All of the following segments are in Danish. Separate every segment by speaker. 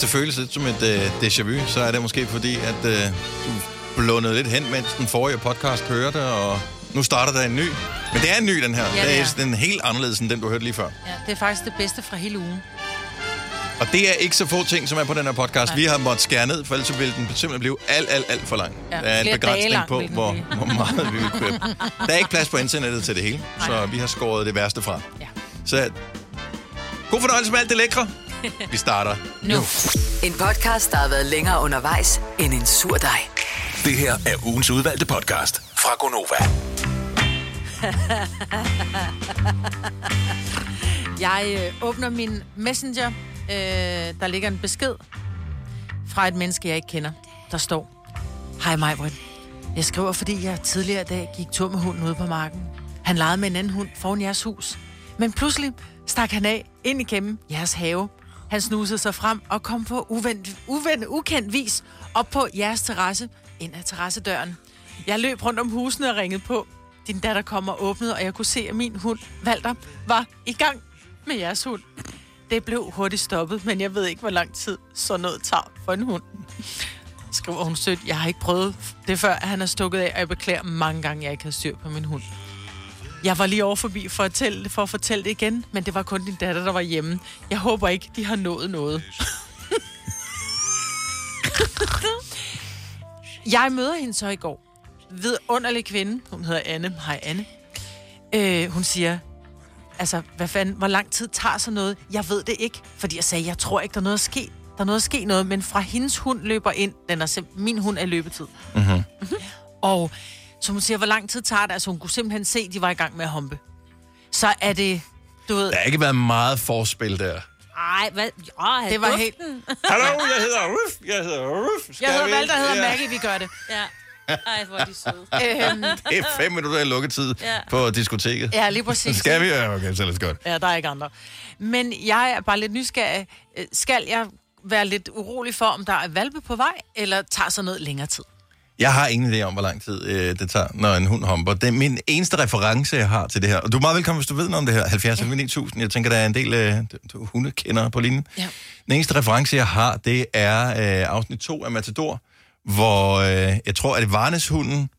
Speaker 1: det føles lidt som et øh, déjà vu, så er det måske fordi, at øh, du blundede lidt hen, mens den forrige podcast kørte, og nu starter der en ny. Men det er en ny, den her.
Speaker 2: Ja, det
Speaker 1: det er altså
Speaker 2: er.
Speaker 1: den helt anderledes end den, du hørte lige før.
Speaker 2: Ja, det er faktisk det bedste fra hele ugen.
Speaker 1: Og det er ikke så få ting, som er på den her podcast. Vi har måttet skære ned, for ellers så ville den simpelthen blive alt, alt, alt for lang.
Speaker 2: Ja,
Speaker 1: der er en
Speaker 2: flere dage
Speaker 1: begrænsning
Speaker 2: lang
Speaker 1: på,
Speaker 2: vil den
Speaker 1: hvor,
Speaker 2: blive.
Speaker 1: hvor meget vi vil købe. Der er ikke plads på internettet til det hele, så vi har skåret det værste fra.
Speaker 2: Ja.
Speaker 1: Så god fornøjelse med alt det lækre. Vi starter nu.
Speaker 3: En podcast, der har været længere undervejs end en sur dej.
Speaker 4: Det her er ugens udvalgte podcast fra Gonova.
Speaker 2: Jeg øh, åbner min messenger. Øh, der ligger en besked fra et menneske, jeg ikke kender. Der står, Hej Majbrit. Jeg skriver, fordi jeg tidligere i dag gik tur med hunden ude på marken. Han legede med en anden hund foran jeres hus. Men pludselig stak han af ind igennem jeres have. Han snusede sig frem og kom på uvendt, uvendt, ukendt vis op på jeres terrasse ind ad terrassedøren. Jeg løb rundt om husene og ringede på. Din datter kom og åbnede, og jeg kunne se, at min hund, Valter, var i gang med jeres hund. Det blev hurtigt stoppet, men jeg ved ikke, hvor lang tid sådan noget tager for en hund skriver hun sødt, jeg har ikke prøvet det før, at han er stukket af, og jeg beklager mange gange, jeg ikke havde styr på min hund. Jeg var lige over forbi for at, tælle, for at fortælle det igen, men det var kun din datter, der var hjemme. Jeg håber ikke, de har nået noget. jeg møder hende så i går. Vidunderlig kvinde. Hun hedder Anne. Hej Anne. Øh, hun siger, altså, hvad fanden, hvor lang tid tager sådan noget? Jeg ved det ikke, fordi jeg sagde, jeg tror ikke, der er noget at ske. Der er noget at ske noget, men fra hendes hund løber ind, den er simp- min hund er løbetid. Mm-hmm.
Speaker 1: Mhm.
Speaker 2: Og så hun siger, hvor lang tid tager det? Altså, hun kunne simpelthen se, de var i gang med at humpe. Så er det, du ved,
Speaker 1: Der har ikke været meget forspil der.
Speaker 5: Ej, hvad? Åh,
Speaker 2: det var helt...
Speaker 1: Hallo, jeg hedder Ruff. Jeg hedder Ruff. Skal
Speaker 2: Jeg hedder
Speaker 1: vi-
Speaker 2: Valter, jeg hedder
Speaker 1: Ja.
Speaker 2: Maggie, vi gør det.
Speaker 5: Ja. Ej, hvor er de søde.
Speaker 2: Øhm,
Speaker 1: Det er fem minutter i lukketid
Speaker 5: Ja.
Speaker 1: på diskoteket.
Speaker 2: ja, lige præcis.
Speaker 1: Skal vi? Ja, okay, så let's godt.
Speaker 2: Ja, der er ikke andre. Men jeg er bare lidt nysgerrig. Øh, Skal jeg være lidt urolig for, om der er valpe på vej, eller tager sådan noget længere tid?
Speaker 1: Jeg har ingen idé om, hvor lang tid øh, det tager, når en hund humper. Det er min eneste reference, jeg har til det her. Og du er meget velkommen, hvis du ved noget om det her. 70 ja. 9000. Jeg tænker, der er en del øh, hundekendere på linjen.
Speaker 2: Ja.
Speaker 1: Den eneste reference, jeg har, det er øh, afsnit 2 af Matador, hvor øh, jeg tror, at det er Varneshunden,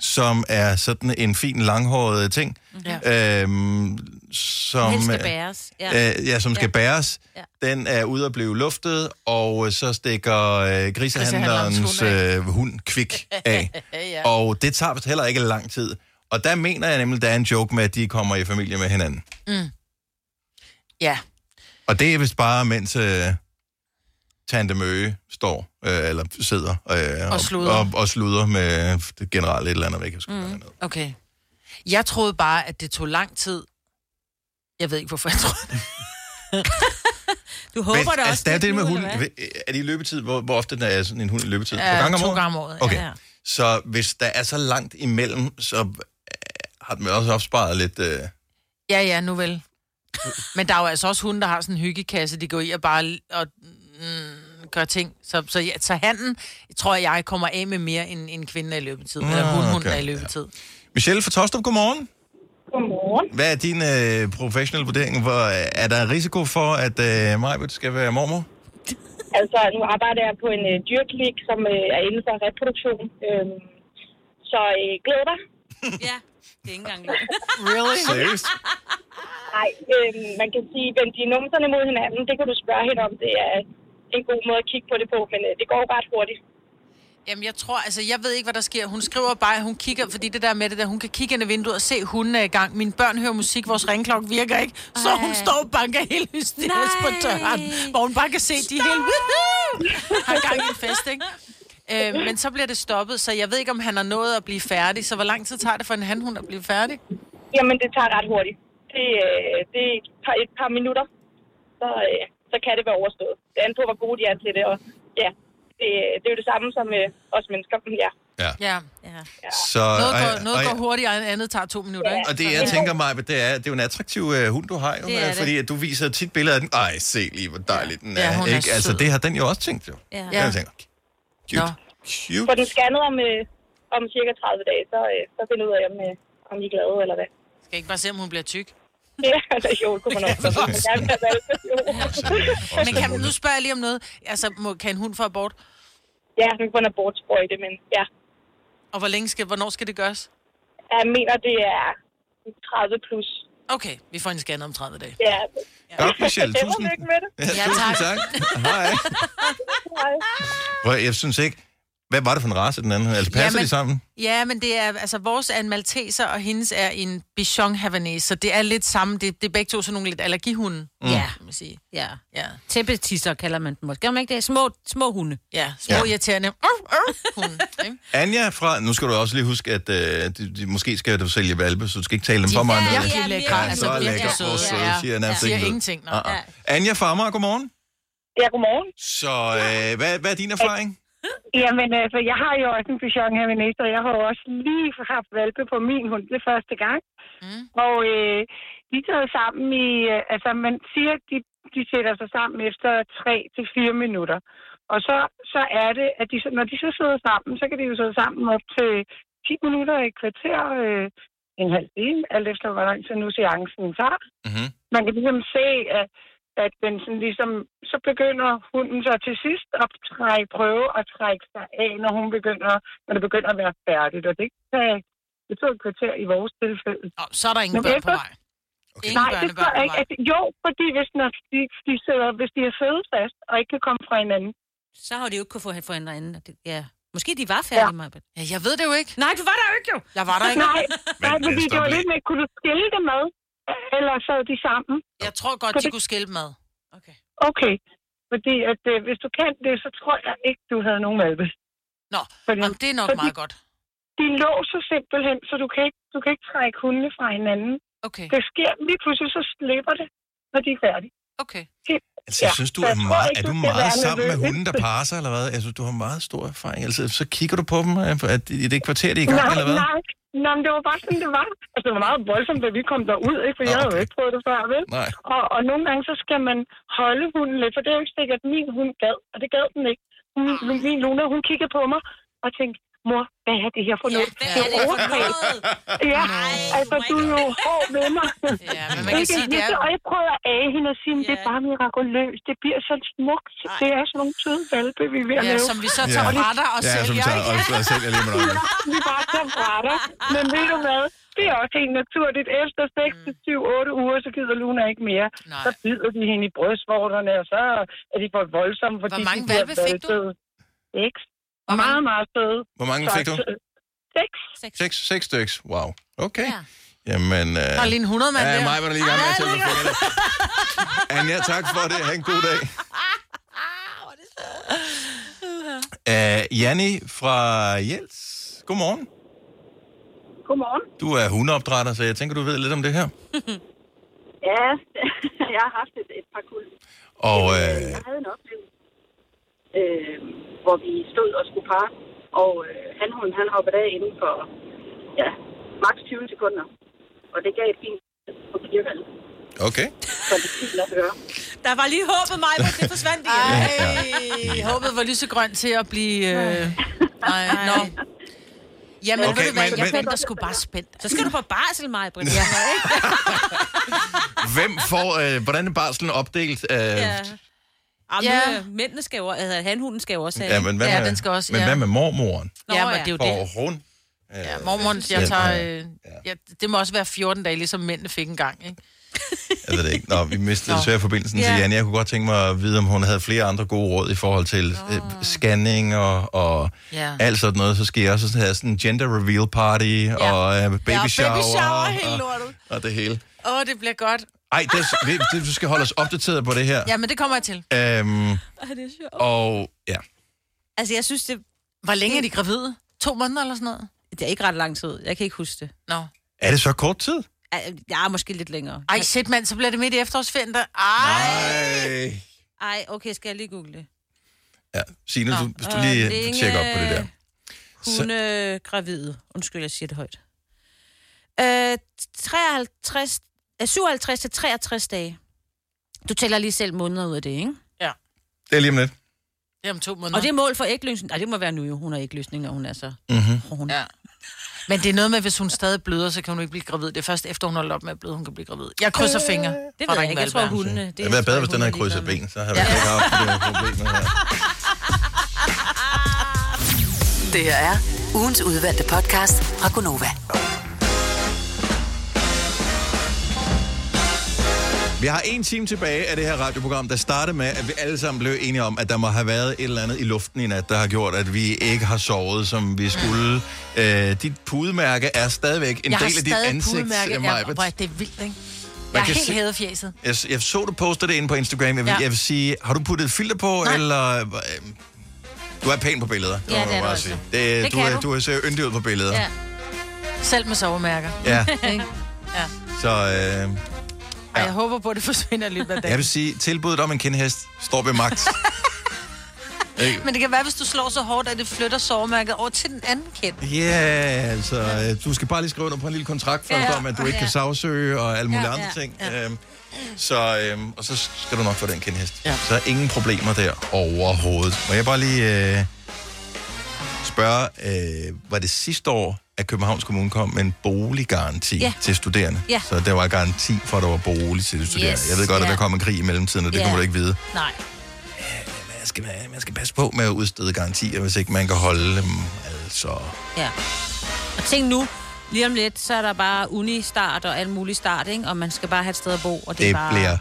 Speaker 1: som er sådan en fin, langhåret ting, ja. øhm, som...
Speaker 5: Helst skal bæres. Ja.
Speaker 1: ja. Øh, ja, som skal ja. bæres.
Speaker 5: Ja.
Speaker 1: Den er ude at blive luftet, og øh, så stikker øh, grisehandlerens
Speaker 2: Grisehandlerens hund af.
Speaker 1: øh, hund kvik af.
Speaker 2: Ja.
Speaker 1: Og det tager vist heller ikke lang tid. Og der mener jeg nemlig, der er en joke med, at de kommer i familie med hinanden.
Speaker 2: Mm. Ja.
Speaker 1: Og det er vist bare, mens øh, Tante Møge står, øh, eller sidder, øh,
Speaker 2: sluder.
Speaker 1: Og, og sluder med det generelt et eller andet, væk. Mm.
Speaker 2: Okay. Jeg troede bare, at det tog lang tid. Jeg ved ikke, hvorfor jeg troede det.
Speaker 5: Du håber da også...
Speaker 1: der er det
Speaker 5: lidt
Speaker 1: med
Speaker 5: nu,
Speaker 1: hunden.
Speaker 5: eller hvad?
Speaker 1: Er det i løbetid? Hvor, hvor ofte er sådan en hund i løbetid? Ja, På gang om
Speaker 2: to
Speaker 1: året?
Speaker 2: gange om året.
Speaker 1: Okay.
Speaker 2: Ja.
Speaker 1: Ja. Så hvis der er så langt imellem, så øh, har den vel også opsparet lidt... Øh,
Speaker 2: ja, ja, nu vel. Men der er jo altså også hunde, der har sådan en hyggekasse, de går i og bare l- og, mm, gør ting. Så, så, ja, så handen, tror jeg, kommer af med mere end, end kvinden er i løbetid. Eller hun, hun
Speaker 1: Ah, okay,
Speaker 2: er i
Speaker 1: ja.
Speaker 2: løbetid.
Speaker 1: Michelle fra Tostrup, godmorgen.
Speaker 6: Godmorgen.
Speaker 1: Hvad er din øh, professionelle vurdering? Hvor, øh, er der risiko for, at øh, Majbert skal være mormor?
Speaker 6: Altså, nu arbejder jeg på en øh, dyrklik, som øh, er inden for reproduktion. Øhm, så øh, glæder dig.
Speaker 5: Ja, det er ikke engang løgn.
Speaker 2: Really?
Speaker 1: Seriøst?
Speaker 6: Nej, øh, man kan sige, vend de numserne mod hinanden. Det kan du spørge hende om. Det er en god måde at kigge på det på, men øh, det går ret hurtigt.
Speaker 2: Jamen, jeg tror, altså, jeg ved ikke, hvad der sker. Hun skriver bare, at hun kigger, fordi det der med det der, hun kan kigge ind i vinduet og se, hunden er i gang. Mine børn hører musik, vores ringklokke virker ikke. Så Ej. hun
Speaker 5: Ej.
Speaker 2: står og banker helt hysterisk på
Speaker 5: Nej.
Speaker 2: døren, hvor hun bare kan se, at de er helt woohoo, har gang i en fest, ikke? Øh, men så bliver det stoppet, så jeg ved ikke, om han har nået at blive færdig. Så hvor lang tid tager det for en handhund at blive færdig?
Speaker 6: Jamen, det tager ret hurtigt. Det, øh, det er et par, et par minutter, så, øh, så kan det være overstået. Det er an på, hvor gode de er til det, og ja, det, det er jo det samme som øh, os mennesker. Ja.
Speaker 1: Ja.
Speaker 2: Ja.
Speaker 5: Ja.
Speaker 1: Så,
Speaker 2: Noget,
Speaker 1: og-
Speaker 2: går, noget
Speaker 1: og-
Speaker 2: går hurtigere, og andet tager to minutter, ikke?
Speaker 1: Og det, jeg tænker mig, det er, det er jo en attraktiv øh, hund, du har jo,
Speaker 5: Det er
Speaker 1: øh,
Speaker 5: det.
Speaker 1: fordi at du viser tit billeder af den. Ej, se lige, hvor dejlig den er.
Speaker 2: Ja, hun er
Speaker 1: ikke? Altså,
Speaker 2: sød.
Speaker 1: det har den jo også tænkt, jo.
Speaker 5: Ja.
Speaker 1: Den har tænkt,
Speaker 2: Nå.
Speaker 1: cute,
Speaker 6: Få
Speaker 1: cute.
Speaker 6: den scannet om, øh, om cirka 30 dage, så, øh, så finder jeg ud af, om, øh, om I er glade eller hvad.
Speaker 2: Skal jeg ikke bare se, om hun bliver tyk?
Speaker 6: det er der jo, kunne man også. godt. Jeg vil have valgt det, jo.
Speaker 2: Men kan, nu spørger jeg lige om noget. Altså, må, kan en hund få abort?
Speaker 6: Ja, nu kan man abortsprøjte, men ja.
Speaker 2: Og hvor længe skal, hvornår skal det gøres?
Speaker 6: Jeg mener, det er 30 plus.
Speaker 2: Okay, vi får en scanner om 30 dage.
Speaker 6: Ja.
Speaker 1: Godt, Michelle.
Speaker 6: Held og
Speaker 1: Tusind,
Speaker 6: lykke med det.
Speaker 1: ja, tusind tak. Hej.
Speaker 6: Hej.
Speaker 1: Prøv, at- jeg synes ikke... Hvad var det for en race, den anden? Altså, passer
Speaker 2: Jamen-
Speaker 1: de sammen?
Speaker 2: Ja, men det er, altså vores er en malteser, og hendes er en bichon havanese, så det er lidt samme. Det, det er begge to sådan nogle lidt allergihunde, mm.
Speaker 5: Ja,
Speaker 2: kan man sige.
Speaker 5: ja.
Speaker 2: Ja,
Speaker 5: Tæppetisser kalder man dem også. Gør man ikke det? Små, små hunde.
Speaker 2: ja små
Speaker 1: Ja.
Speaker 2: ja. irriterende uh, uh, hunde. ikke?
Speaker 1: Anja fra... Nu skal du også lige huske, at øh, de, de, måske skal du sælge valpe, så du skal ikke tale dem for meget.
Speaker 5: Ja,
Speaker 1: ned.
Speaker 5: de
Speaker 2: virkelig
Speaker 5: er virkelig
Speaker 2: lækre, altså
Speaker 1: så
Speaker 5: søde.
Speaker 1: lækker
Speaker 2: virkelig
Speaker 1: og
Speaker 2: søde.
Speaker 1: søde,
Speaker 2: Ja,
Speaker 1: siger nærmest
Speaker 2: siger
Speaker 1: ikke noget.
Speaker 2: ingenting, nå.
Speaker 1: Ah, ah. Anja Farmer, godmorgen.
Speaker 6: Ja, godmorgen.
Speaker 1: Så øh, hvad, hvad er din erfaring?
Speaker 7: Jamen, altså, jeg har jo også en Bichon Hermanese, og jeg har jo også lige haft valpe på min hund det første gang. Mm. Og øh, de tager sammen i... Øh, altså, man siger, at de, de sætter sig sammen efter 3 til fire minutter. Og så, så er det, at de, så- når de så sidder sammen, så kan de jo sidde sammen op til 10 minutter, et kvarter, øh, en halv time, alt efter, hvor lang tid nu seancen tager
Speaker 1: Mm-hmm.
Speaker 7: man kan ligesom se, at, at den sådan ligesom, så begynder hunden så til sidst at trække, prøve at trække sig af, når hun begynder, når det begynder at være færdigt. Og det kan det tog et kvarter i vores tilfælde.
Speaker 2: Nå, så er der ingen
Speaker 7: Men
Speaker 2: børn på
Speaker 7: efter-
Speaker 2: vej.
Speaker 1: Okay.
Speaker 2: Ingen
Speaker 7: Nej, det tror
Speaker 2: børnebørn
Speaker 7: jeg
Speaker 2: på
Speaker 7: ikke.
Speaker 2: vej.
Speaker 7: Altså, jo, fordi hvis, når de, de sidder, hvis de er siddet fast og ikke kan komme fra hinanden.
Speaker 5: Så har de jo ikke kunne få få en anden. og det- Ja. Måske de var færdige, ja. Maja.
Speaker 2: Ja, jeg ved det jo ikke.
Speaker 5: Nej, du var der jo ikke, jo.
Speaker 2: Jeg var der ikke.
Speaker 7: Nej, nej
Speaker 1: Men,
Speaker 7: fordi
Speaker 1: øh,
Speaker 7: det
Speaker 1: stop
Speaker 7: var
Speaker 1: lige.
Speaker 7: lidt med, kunne du skille dem ad? Eller sad de sammen?
Speaker 2: Jeg tror godt, de kunne skille med.
Speaker 5: Okay.
Speaker 7: Okay. Fordi at, øh, hvis du kan det, så tror jeg ikke, du havde nogen valpe.
Speaker 2: Nå,
Speaker 7: Fordi-
Speaker 2: Jamen, det er nok
Speaker 7: fordi-
Speaker 2: meget godt.
Speaker 7: de låser simpelthen, så du kan ikke, du kan ikke trække hundene fra hinanden.
Speaker 2: Okay,
Speaker 7: Det sker lige pludselig, så slipper det, når de er færdige.
Speaker 2: okay.
Speaker 1: Altså, jeg
Speaker 7: Ja,
Speaker 1: synes, du
Speaker 7: så
Speaker 1: er
Speaker 7: jeg tror
Speaker 1: meget,
Speaker 7: ikke,
Speaker 1: er
Speaker 7: du
Speaker 1: du
Speaker 7: skal
Speaker 1: meget
Speaker 7: være
Speaker 1: sammen med
Speaker 7: nervøs.
Speaker 1: hunden, der parer sig, eller hvad? Jeg synes, du har meget stor erfaring. Altså, så kigger du på dem, øh, at i det kvarter, de er i gang, eller hvad?
Speaker 7: nej. Nå, men det var bare sådan, det var. Altså, det var meget voldsomt, da vi kom derud, ikke? for
Speaker 1: Nå,
Speaker 7: jeg havde jo
Speaker 1: okay.
Speaker 7: ikke prøvet det før, vel?
Speaker 1: Nej.
Speaker 7: Og, og nogle gange, så skal man holde hunden lidt, for det er jo ikke sikkert, at min hund gad, og det gad den ikke. Hun, min Luna, hun kiggede på mig og tænkte, mor, hvad er det her for noget?
Speaker 5: Hvad
Speaker 7: det
Speaker 5: er
Speaker 7: er
Speaker 5: det for
Speaker 7: overgreb.
Speaker 5: noget?
Speaker 7: Ja,
Speaker 5: Nej,
Speaker 7: altså, du er jo hård ved mig.
Speaker 2: Ja, men man kan
Speaker 7: Ikke?
Speaker 2: sige, det
Speaker 7: Jeg
Speaker 2: er...
Speaker 7: sidder- Og jeg prøver at age hende og sige, at det er
Speaker 5: Ja.
Speaker 7: bare mirakuløst. Det bliver så smukt. Det er sådan nogle søde valpe, vi er ved at
Speaker 2: Ja,
Speaker 7: lave.
Speaker 2: som vi så tager
Speaker 1: Ja.
Speaker 2: fra dig og
Speaker 1: Ja, som
Speaker 2: sælger.
Speaker 1: tager,
Speaker 2: ikke?
Speaker 1: og, og sælger lige med dig.
Speaker 7: Vi bare tager fra dig. Men ved du hvad? Det er også helt naturligt. Efter 6 til 7, 8 uger, så gider Luna ikke mere.
Speaker 2: Mm. Nej.
Speaker 7: Så bider de hende i brystvorterne, og så er de for voldsomme, fordi
Speaker 2: Hvor mange
Speaker 7: de bliver
Speaker 2: hvalpe fik du?
Speaker 7: valpede. Seks.
Speaker 2: Hvor mange-
Speaker 7: Meget, meget søde.
Speaker 1: Hvor mange fik du?
Speaker 7: Seks.
Speaker 1: Seks, seks styks. Wow. Okay.
Speaker 5: Ja.
Speaker 1: Jamen, øh,
Speaker 2: Der er lige en 100 mand
Speaker 1: ja,
Speaker 2: der.
Speaker 1: mig var der lige i gang med at tælle på fingrene. Anja, tak for det. Ha' en god dag. Uh, Janni fra Jels. Godmorgen.
Speaker 7: Godmorgen.
Speaker 1: Du er hundeopdrætter, så jeg tænker, du ved lidt om det her.
Speaker 7: Ja, jeg har haft et, et par kul.
Speaker 1: Og
Speaker 7: Øh,
Speaker 1: øh,
Speaker 7: Jeg havde en oplevelse, øh, hvor vi stod og skulle parre, og øh, han, hun, han hoppede af inden for ja, maks 20 sekunder. Og det gav et fint på kirkevalget,
Speaker 1: okay.
Speaker 7: så det er fint at høre.
Speaker 5: Der var lige håbet, mig, men det forsvandt igen.
Speaker 2: Ej, håbet var lysegrønt til at blive... Øh... Nej, nå. Jamen,
Speaker 1: Okay,
Speaker 2: okay, ved du hvad,
Speaker 1: men-
Speaker 2: jeg
Speaker 1: men-
Speaker 2: venter sgu bare spændt.
Speaker 5: Så skal du på barsel, mig, Britt. Ja.
Speaker 1: Hvem får, øh, hvordan er barslen opdelt? Øh, ja.
Speaker 5: ja.
Speaker 2: Ja.
Speaker 5: Men, øh, mændene skal jo, altså hanhunden skal jo også have.
Speaker 1: ja, men hvad
Speaker 2: Ja,
Speaker 1: med,
Speaker 2: den skal også,
Speaker 1: men
Speaker 2: ja.
Speaker 1: hvad med mormoren?
Speaker 5: Nå,
Speaker 2: ja, men det er jo det.
Speaker 1: Får hun? Øh,
Speaker 2: Ja, mormor,
Speaker 1: ja,
Speaker 2: jeg tager...
Speaker 1: øh,
Speaker 2: Øh... Ja, det må også være 14 dage, ligesom mændene fik en gang, ikke?
Speaker 1: Jeg ved det ikke. Nå, vi mistede
Speaker 2: Nå.
Speaker 1: desværre forbindelsen til
Speaker 5: Ja.
Speaker 1: Janne. Jeg kunne godt tænke mig at vide, om hun havde flere andre gode råd i forhold til øh, scanning og, og
Speaker 2: Ja.
Speaker 1: alt sådan noget. Så skal jeg også have sådan en gender reveal party og øh, baby shower.
Speaker 2: baby shower, helt
Speaker 1: og,
Speaker 2: lortet.
Speaker 1: og det hele.
Speaker 2: Åh, oh, det bliver godt.
Speaker 1: Ej, det, er- det, det, du skal holde os opdateret på det her.
Speaker 2: Ja, men det kommer jeg til.
Speaker 1: Øhm,
Speaker 5: det er sjovt.
Speaker 1: og ja,
Speaker 5: Altså, jeg synes, det,
Speaker 2: Hvor længe er de gravide? To måneder eller sådan noget?
Speaker 5: det er ikke ret lang tid. Jeg kan ikke huske det.
Speaker 2: Nå.
Speaker 1: er det så kort tid?
Speaker 5: Ej, Jeg er måske lidt længere.
Speaker 2: Ej, shit mand, så bliver det midt i efterårsferien der. Ej.
Speaker 1: Ej.
Speaker 5: Ej, okay, skal jeg lige google det?
Speaker 1: Ja, Signe, du, hvis du
Speaker 5: Og
Speaker 1: lige
Speaker 5: længe-
Speaker 1: tjekker op på det der. Så-
Speaker 5: Hun er gravid. Undskyld, jeg siger det højt. Øh, 53, øh, 57 til 63 dage. Du tæller lige selv måneder ud af det, ikke?
Speaker 1: Det er lige om lidt.
Speaker 2: Det er om to måneder.
Speaker 5: Og det er mål for ægløsning. Nej, det må være nu jo. Hun er ægløsning, når hun er så.
Speaker 1: Mm-hmm.
Speaker 5: Hun.
Speaker 2: Ja. Men det er noget med, hvis hun stadig bløder, så kan hun ikke blive gravid. Det er først efter, hun holder op med at bløde, hun kan blive gravid. Jeg krydser fingre.
Speaker 5: Det ved jeg ikke. Jeg tror, hundene...
Speaker 1: Det havde været bedre, hvis den havde krydset ben, så havde vi ikke haft det her problem her.
Speaker 3: Det her er ugens udvalgte podcast fra Gonova.
Speaker 1: Vi har en time tilbage af det her radioprogram, der startede med, at vi alle sammen blev enige om, at der må have været et eller andet i luften i nat, der har gjort, at vi ikke har sovet, som vi skulle. Øh, dit pudemærke er stadigvæk en
Speaker 2: jeg
Speaker 1: del af dit ansigt,
Speaker 2: pudemærke.
Speaker 1: øh,
Speaker 2: Ja,
Speaker 1: Maj-Brit.
Speaker 2: hvor er det vildt, ikke?
Speaker 1: Man
Speaker 2: Jeg er
Speaker 1: kan
Speaker 2: helt
Speaker 1: se-
Speaker 2: hæderfjæset.
Speaker 1: Jeg, s- jeg så, du postede det ind på Instagram. Jeg vil, ja.
Speaker 2: Ja.
Speaker 1: jeg vil sige, har du puttet et filter på, Nej. eller... øh, Du er pæn på billeder.
Speaker 5: Ja,
Speaker 1: må
Speaker 5: det
Speaker 1: man
Speaker 5: er
Speaker 1: bare
Speaker 5: du altså.
Speaker 1: sige. Det,
Speaker 5: Det
Speaker 1: du,
Speaker 5: kan
Speaker 1: er,
Speaker 5: du.
Speaker 1: du ser yndig ud på billeder.
Speaker 5: Ja.
Speaker 2: Selv med sovemærker.
Speaker 1: ja.
Speaker 2: Ikke? Ja.
Speaker 1: Så øh,
Speaker 2: Og jeg håber på, at det forsvinder i løbet af
Speaker 1: jeg
Speaker 2: dagen.
Speaker 1: vil sige, tilbuddet om en kindhest står ved magt. Ikke?
Speaker 2: Men det kan være, hvis du slår så hårdt, at det flytter sovemærket over til den anden kind.
Speaker 1: Ja, yeah, altså, øh, du skal bare lige skrive under på en lille kontrakt først ja,
Speaker 2: Ja,
Speaker 1: om, at du ikke
Speaker 2: ja.
Speaker 1: kan sagsøge og alle mulige ja,
Speaker 2: Ja,
Speaker 1: andre
Speaker 2: ja,
Speaker 1: ting. Ja.
Speaker 2: ja.
Speaker 1: Øhm, så, øhm, og så skal du nok få den kendhest. Ja.
Speaker 2: Ja.
Speaker 1: Så er ingen problemer der overhovedet. Må jeg bare lige øh, spørge, øh, var det sidste år, at Københavns Kommune kom med en boliggaranti ja.
Speaker 5: Ja.
Speaker 1: til studerende?
Speaker 5: Ja.
Speaker 1: Så der var garanti for, at der var bolig til de studerende. Yes,
Speaker 5: Yes,
Speaker 1: jeg ved godt, at
Speaker 5: ja.
Speaker 1: der kom en krig i mellemtiden, og det
Speaker 5: Ja.
Speaker 1: kunne man ikke vide.
Speaker 5: Nej.
Speaker 1: Man skal, man skal passe på med at udstede garantier, hvis ikke man kan holde dem. Altså...
Speaker 5: Ja. Og tænk nu, lige om lidt, så er der bare uni-start og alt muligt start, ikke? Og man skal bare have et sted at bo, og det, er
Speaker 1: Det
Speaker 5: bare...
Speaker 1: bliver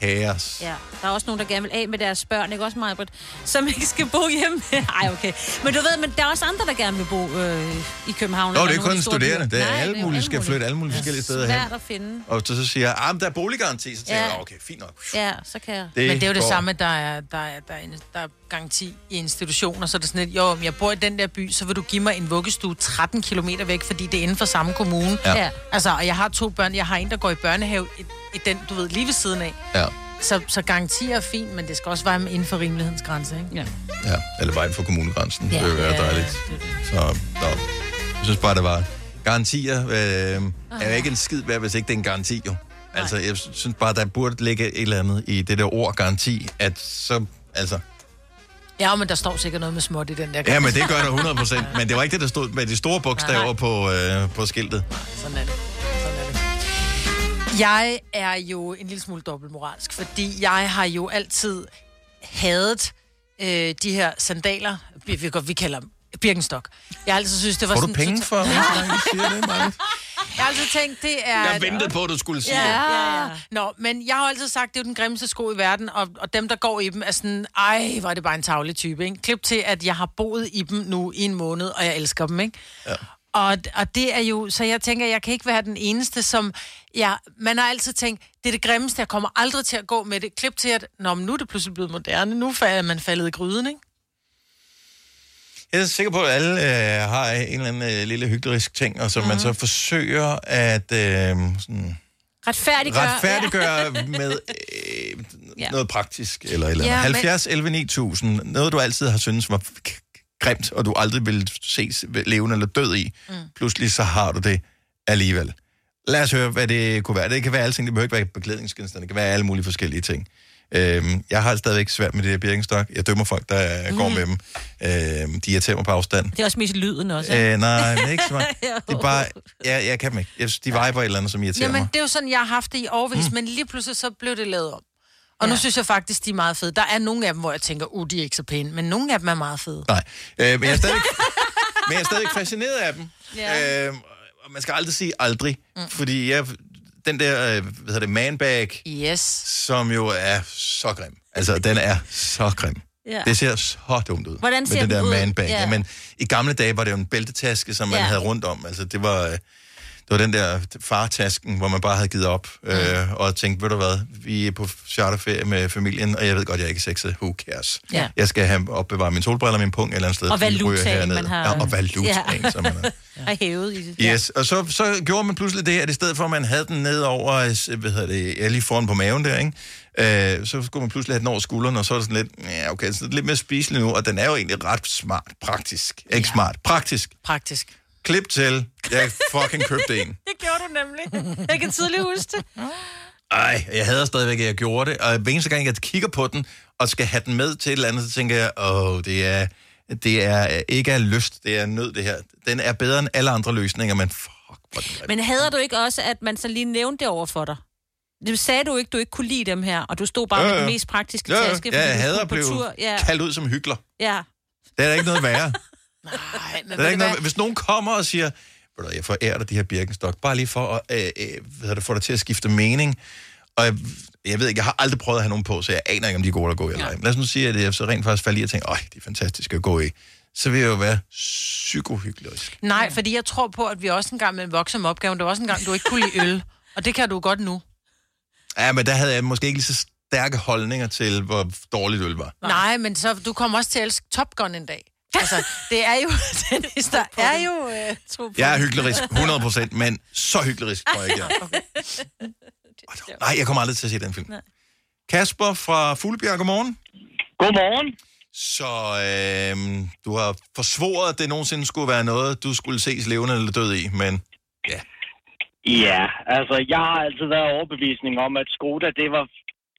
Speaker 1: kaos.
Speaker 5: Ja, der er også nogen, der gerne vil af med deres børn, ikke også, Majbrit? Som ikke skal bo hjemme. Ej, okay. Men du ved, men der er også andre, der gerne vil bo øh, i København.
Speaker 1: Nå,
Speaker 5: eller
Speaker 1: det er
Speaker 5: nogle af
Speaker 1: kun
Speaker 5: de store
Speaker 1: studerende.
Speaker 5: byer.
Speaker 1: Det er
Speaker 5: Nej,
Speaker 1: alle
Speaker 5: jo
Speaker 1: mulige, skal flytte alle mulige forskellige steder hen.
Speaker 5: Svært at finde.
Speaker 1: Og så, så siger jeg, ah, men der er boliggaranti. Så tænker
Speaker 5: Ja.
Speaker 1: jeg, "Nå, okay, fint nok.
Speaker 5: Ja, så kan jeg.
Speaker 2: Men det er jo det
Speaker 1: går.
Speaker 2: samme, der er, der, er, der, er, en- der er garanti i institutioner, så er det sådan lidt, jo, om jeg bor i den der by, så vil du give mig en vuggestue 13 km væk, fordi det er inden for samme kommune.
Speaker 1: Ja.
Speaker 5: ja.
Speaker 2: Altså, og jeg har to børn, jeg har en, der går i børnehave i, i den, du ved, lige ved siden af.
Speaker 1: Ja,
Speaker 2: Så, så garantier er fint, men det skal også være inden for rimelighedens grænse, ikke?
Speaker 1: ja. Eller vejen for kommunegrænsen. Ja.
Speaker 2: Ja.
Speaker 1: Det ville være
Speaker 2: Ja,
Speaker 1: dejligt. Så, nå. Jeg synes bare, det var garantier. Øh, er jo ikke en skid værd, hvis ikke det er en garanti, jo. Altså, jeg synes bare, der burde ligge et eller andet i det der ord garanti, at så, altså...
Speaker 2: Ja, men der står sikkert noget med småt i den der
Speaker 1: Ja, men det gør der 100%, men det var ikke det, der stod med de store bogstaver på, øh, på skiltet.
Speaker 2: Sådan er det. Sådan er det. Jeg er jo en lille smule dobbeltmoralsk, fordi jeg har jo altid hadet øh, de her sandaler. Vi, vi, vi kalder dem Birkenstock. Jeg har altid synes, det var
Speaker 1: Får du
Speaker 2: sådan...
Speaker 1: penge
Speaker 2: totalt-
Speaker 1: for, hver gang du siger det, Maja?
Speaker 2: Jeg har altid tænkt, det er...
Speaker 1: Jeg ventede på, at du skulle sige det.
Speaker 2: Ja. Ja, ja. Nå, men jeg har jo altid sagt, det er jo den grimmeste sko i verden, og, og dem, der går i dem, er sådan, ej, hvor er det bare en tavlig type, ikke? Klip til, at jeg har boet i dem nu i en måned, og jeg elsker dem, ikke? Ja. Og, og det er jo, så jeg tænker, jeg kan ikke være den eneste, som, ja, man har altid tænkt, det er det grimmeste, jeg kommer aldrig til at gå med det. Klip til, at Nå, men nu er det pludselig blevet moderne, nu er man faldet i gryden, ikke?
Speaker 1: Jeg er sikker på, at alle øh, har en eller anden øh, lille hyggelig ting, og som mm. man så forsøger at øh, sådan,
Speaker 5: Retfærdiggør.
Speaker 1: retfærdiggøre med øh,
Speaker 5: Ja.
Speaker 1: noget praktisk eller et eller andet.
Speaker 2: Ja,
Speaker 1: Ja,
Speaker 2: men-
Speaker 1: 70, 11, 9000. Noget, du altid har syntes var k- grimt, og du aldrig ville ses levende eller død i. Mm. Pludselig så har du det alligevel. Lad os høre, hvad det kunne være. Det kan være alle ting. Det behøver ikke være beklædningsgenstande. Det kan være alle mulige forskellige ting. Øhm, jeg har stadigvæk svært med det her birkenstok. Jeg dømmer folk, der mm. går med dem. Øhm, de irriterer mig på afstand.
Speaker 5: Det er også mest lyden også. ikke?
Speaker 1: Øh, nej, men ikke så meget. Det er bare, ja, jeg kan dem ikke. Jeg, synes, de viber et eller andet, som irriterer
Speaker 2: Jamen,
Speaker 1: mig.
Speaker 2: det er jo sådan, jeg har haft det i overvis, mm. men lige pludselig så blev det lavet om. Og ja. nu synes jeg faktisk, de er meget fede. Der er nogle af dem, hvor jeg tænker, uh, de er ikke så pæne, men nogle af dem er meget fede.
Speaker 1: Nej, øh, men, jeg er stadig, men jeg er stadig fascineret af dem. Ja. Øh, og man skal aldrig sige aldrig, mm. fordi jeg, den der, øh, hvad hedder det, manbag,
Speaker 2: Yes.
Speaker 1: som jo er så grim. Altså, den er så grim. Ja.
Speaker 5: Ja.
Speaker 1: Det ser så dumt ud.
Speaker 5: Hvordan ser
Speaker 1: med den
Speaker 5: den
Speaker 1: der
Speaker 5: ud?
Speaker 1: manbag. Ja.
Speaker 5: Ja.
Speaker 1: Jamen, I gamle dage var det jo en bæltetaske, som man ja.
Speaker 5: Ja.
Speaker 1: havde rundt om. Altså, det var, øh, det var den der fartasken, hvor man bare havde givet op øh, og tænkt, ved du hvad, vi er på charterferie med familien, og jeg ved godt, jeg er ikke sexet. Who cares?
Speaker 5: Ja.
Speaker 1: Jeg skal have opbevare min solbriller, min pung et eller andet sted.
Speaker 5: Og
Speaker 1: fordi de ryger
Speaker 5: valutaen,
Speaker 1: herned.
Speaker 5: man har-
Speaker 1: Ja, og valutaen, ja.
Speaker 5: Ja.
Speaker 1: som man har.
Speaker 5: Og hævet i det.
Speaker 1: Yes, og så, så gjorde man pludselig det, at i stedet for, at man havde den ned over, øh, hvad hedder det, ja, lige foran på maven der, ikke? Øh, så skulle man pludselig have den over skulderen, og så er det sådan lidt, ja, okay, så er det lidt mere spiselig nu, og den er jo egentlig ret smart, praktisk. Ikke ja. smart, praktisk.
Speaker 2: Praktisk.
Speaker 1: Klip til, jeg fucking købte en.
Speaker 5: Det gjorde du nemlig. Jeg kan tydeligt huske det.
Speaker 1: Ej, jeg hader stadigvæk, at jeg gjorde det, og hver eneste gang, jeg kigger på den, og skal have den med til et eller andet, så tænker jeg, åh, det er Det er øh, ikke af lyst, det er nød, det her. Den er bedre end alle andre løsninger, men fuck, hvor er den grim.
Speaker 5: Men hader du ikke også, at man så lige nævnte det over for dig? Du sagde du ikke, du ikke kunne lide dem her, og du stod bare
Speaker 1: Ja,
Speaker 5: ja, med
Speaker 1: ja.
Speaker 5: den mest praktiske
Speaker 1: Ja,
Speaker 5: taske.
Speaker 1: ja,
Speaker 5: fordi
Speaker 1: jeg
Speaker 5: du
Speaker 1: hader at
Speaker 5: skulle
Speaker 1: blive
Speaker 5: på tur. Ja,
Speaker 1: kaldt ud som hyggelig.
Speaker 5: ja.
Speaker 1: Det er da ikke noget værre.
Speaker 2: Nej, men
Speaker 1: Det er
Speaker 2: ved
Speaker 1: ikke
Speaker 2: du
Speaker 1: noget,
Speaker 2: hvad?
Speaker 1: hvis nogen kommer og siger, "Ved du hvad, jeg forærer dig de her Birkenstock, bare lige for at øh, øh, hvad hedder det, få dig til at skifte mening. Og jeg, jeg ved ikke, jeg har aldrig prøvet at have nogen på, så jeg aner ikke, om de er gode at gå i eller ej. Men Lad os nu sige, at jeg så rent faktisk falder i og tænker, øj, de er fantastiske at gå i. Så vil jeg jo være psykohyggelig.
Speaker 2: Nej, fordi jeg tror på, at vi også engang med en voksen med opgaven, det var også engang, du ikke kunne lide øl. Og det kan du godt nu.
Speaker 1: Ja, men der havde jeg måske ikke lige så stærke holdninger til, hvor dårligt øl var.
Speaker 2: Nej, Nej men så, du kommer også til at elske Top Gun en dag. Altså, det er jo, Dennis, der er jo... Øh, tro på
Speaker 1: Jeg er
Speaker 2: det.
Speaker 1: hyggelig 100%, men så hyggelig tror jeg ikke, jeg er. Hold da- Nej, jeg kommer aldrig til at se den film. Kasper fra Fuglebjerg, godmorgen.
Speaker 8: Godmorgen.
Speaker 1: Så øh, du har forsvoret, at det nogensinde skulle være noget, du skulle ses levende eller død i, men
Speaker 8: Ja, altså jeg har altid været overbevisning om, at Skoda, det var,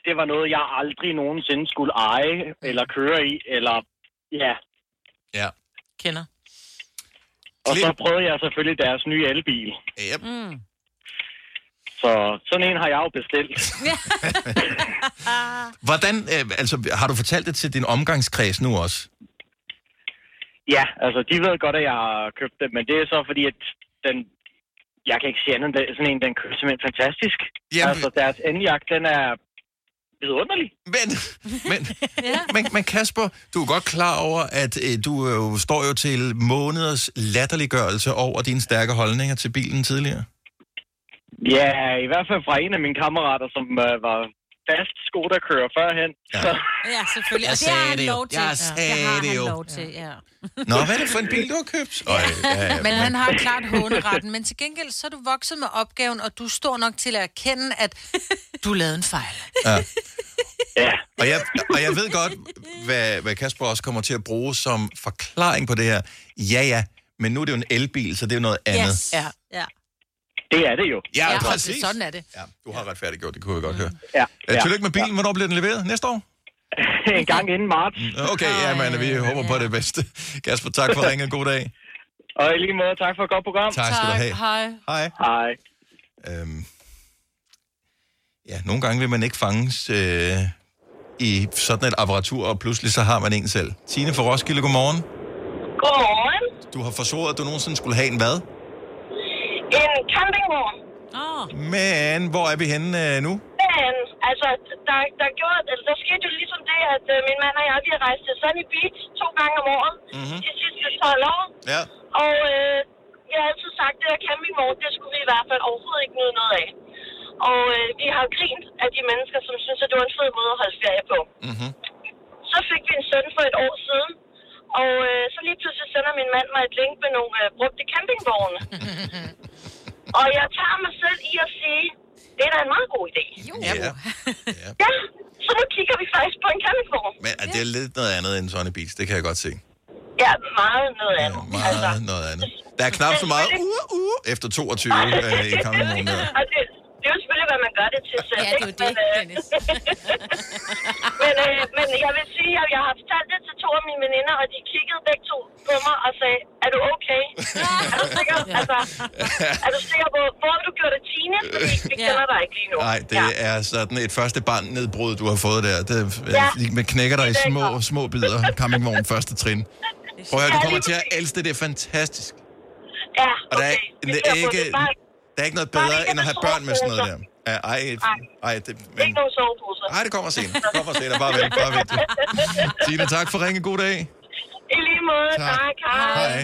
Speaker 8: det var noget, jeg aldrig nogensinde skulle eje eller køre i, eller ja.
Speaker 1: ja.
Speaker 2: Kender.
Speaker 8: Og så
Speaker 1: Klip.
Speaker 8: prøvede jeg selvfølgelig deres nye elbil.
Speaker 1: Yep.
Speaker 5: Mm.
Speaker 8: Så sådan en har jeg jo bestilt.
Speaker 1: Hvordan, øh, altså, har du fortalt det til din omgangskreds nu også?
Speaker 8: Ja, altså de ved godt, at jeg har købt det, men det er så fordi, at den, jeg kan ikke sige andet, end, sådan en, den kører simpelthen fantastisk.
Speaker 1: Jamen-
Speaker 8: Altså deres endjagt, den er vidunderlig.
Speaker 1: Men, men, men, men Kasper, du er godt klar over, at øh, du øh, jo står jo til måneders latterliggørelse over dine stærke holdninger til bilen tidligere.
Speaker 8: Ja, i hvert fald fra en af mine kammerater, som øh, var fast Skoda-kører førhen.
Speaker 1: Ja.
Speaker 8: Ja. Så,
Speaker 5: ja, selvfølgelig.
Speaker 1: Jeg
Speaker 5: og det
Speaker 1: sagde
Speaker 5: har han
Speaker 1: det
Speaker 5: lov
Speaker 1: jo.
Speaker 5: til.
Speaker 1: Jeg
Speaker 5: Ja,
Speaker 1: sagde
Speaker 5: det har
Speaker 1: det
Speaker 5: han
Speaker 1: jo.
Speaker 5: lov til, ja.
Speaker 1: Nå, hvad er det for en bil, du har købt? Øj, ja, ja,
Speaker 2: Men han har klart håneretten, men til gengæld så er du vokset med opgaven, og du står nok til at erkende, at du lavede en fejl.
Speaker 8: ja.
Speaker 1: Og jeg, og jeg ved godt, hvad, hvad Kasper også kommer til at bruge som forklaring på det her. Ja, ja, men nu er det jo en elbil, så det er jo noget andet.
Speaker 5: Yes.
Speaker 2: Ja.
Speaker 5: Ja. ja.
Speaker 8: det er det jo.
Speaker 1: Ja,
Speaker 2: Ja,
Speaker 1: præcis.
Speaker 2: Sådan er det.
Speaker 1: Ja, du har retfærdiggjort, det kunne jeg godt høre.
Speaker 8: Ja,
Speaker 1: Øh,
Speaker 8: ja.
Speaker 1: tillykke med bilen. Hvornår bliver den leveret? Næste år?
Speaker 8: en gang inden marts.
Speaker 1: Okay, ja, men vi håber på det bedste. Kasper, tak for ringen. God dag.
Speaker 8: Og i lige måde, tak for et godt program.
Speaker 1: Tak skal du have.
Speaker 2: Hej.
Speaker 1: Hej.
Speaker 8: Hej.
Speaker 1: Øhm, ja, nogle gange vil man ikke fanges øh, i sådan et apparatur, og pludselig så har man en selv. Tine fra Roskilde, godmorgen.
Speaker 6: Godmorgen.
Speaker 1: Du har forsvoret, at du nogensinde skulle have en hvad?
Speaker 6: En campingvogn.
Speaker 5: Åh,
Speaker 1: Ah.
Speaker 5: oh,
Speaker 1: Men hvor er vi henne øh, nu?
Speaker 6: Men, altså, der, der, gjorde, altså, der skete jo ligesom det, at øh, min mand og jeg, vi har rejst til Sunny Beach to gange om året
Speaker 1: Mhm.
Speaker 6: mm-hmm. de sidste 12 år.
Speaker 1: Ja.
Speaker 6: Og øh, jeg har altid sagt, at det der campingvogn, det skulle vi i hvert fald overhovedet ikke nyde noget af. Og øh, vi har jo grint af de mennesker, som synes, at det var en fed måde at holde ferie på.
Speaker 1: Mm-hmm.
Speaker 6: Så fik vi en søn for et år siden, og øh, så lige pludselig sender min mand mig et link med nogle øh, brugte campingvogne. og jeg tager mig selv i at sige, det er da en meget god idé.
Speaker 1: Ja. ja.
Speaker 6: Ja, så nu kigger vi faktisk på en campingvogn.
Speaker 1: Men er det er lidt noget andet end Sonny Beach, det kan jeg godt se.
Speaker 6: Ja, altså. meget noget
Speaker 1: Ja,
Speaker 6: andet.
Speaker 1: meget noget andet. Der er knap så meget uh, uh, efter 22 øh, i kampen.
Speaker 6: Og det, det er jo selvfølgelig, hvad man gør det til selv.
Speaker 5: ja, det er jo
Speaker 6: ikke?
Speaker 5: det,
Speaker 6: Men, øh,
Speaker 5: Dennis.
Speaker 6: men, øh, men jeg vil sige, at jeg har fortalt det til to af mine veninder, og de kiggede begge to på mig og sagde, er du okay? er du sikker? Altså, er du sikker på, hvor har du gjort det, Tine? Fordi vi
Speaker 5: Ja.
Speaker 6: kender dig ikke lige nu.
Speaker 1: Nej, det
Speaker 6: ja.
Speaker 1: er sådan et første barn nedbrud, du har fået der. Det,
Speaker 6: Ja.
Speaker 1: øh, man knækker dig i
Speaker 6: Det er
Speaker 1: små,
Speaker 6: godt.
Speaker 1: små bidder. Campingvogn første trin. Prøv at høre,
Speaker 6: Ja,
Speaker 1: du kommer
Speaker 6: lige
Speaker 1: til at
Speaker 6: præcis.
Speaker 1: elske det. Det er fantastisk.
Speaker 6: ja,
Speaker 1: Og der er,
Speaker 6: okay. Vi
Speaker 1: der
Speaker 6: ser
Speaker 1: er
Speaker 6: på
Speaker 1: ikke,
Speaker 6: det. Bare,
Speaker 1: der er ikke noget
Speaker 6: Bare
Speaker 1: bedre,
Speaker 6: ikke
Speaker 1: end at
Speaker 6: med
Speaker 1: have
Speaker 6: store
Speaker 1: børn med sådan noget der.
Speaker 6: poser.
Speaker 1: Ja, Ej, ej, det,
Speaker 6: ikke
Speaker 1: men,
Speaker 6: nogen soveposer.
Speaker 1: ej, det kommer sent. Det kommer senere. Bare vent, bare vent. Tina, tak for ringen. God dag.
Speaker 6: I lige måde.
Speaker 1: Tak.
Speaker 6: Tak. Hej.
Speaker 1: Hej.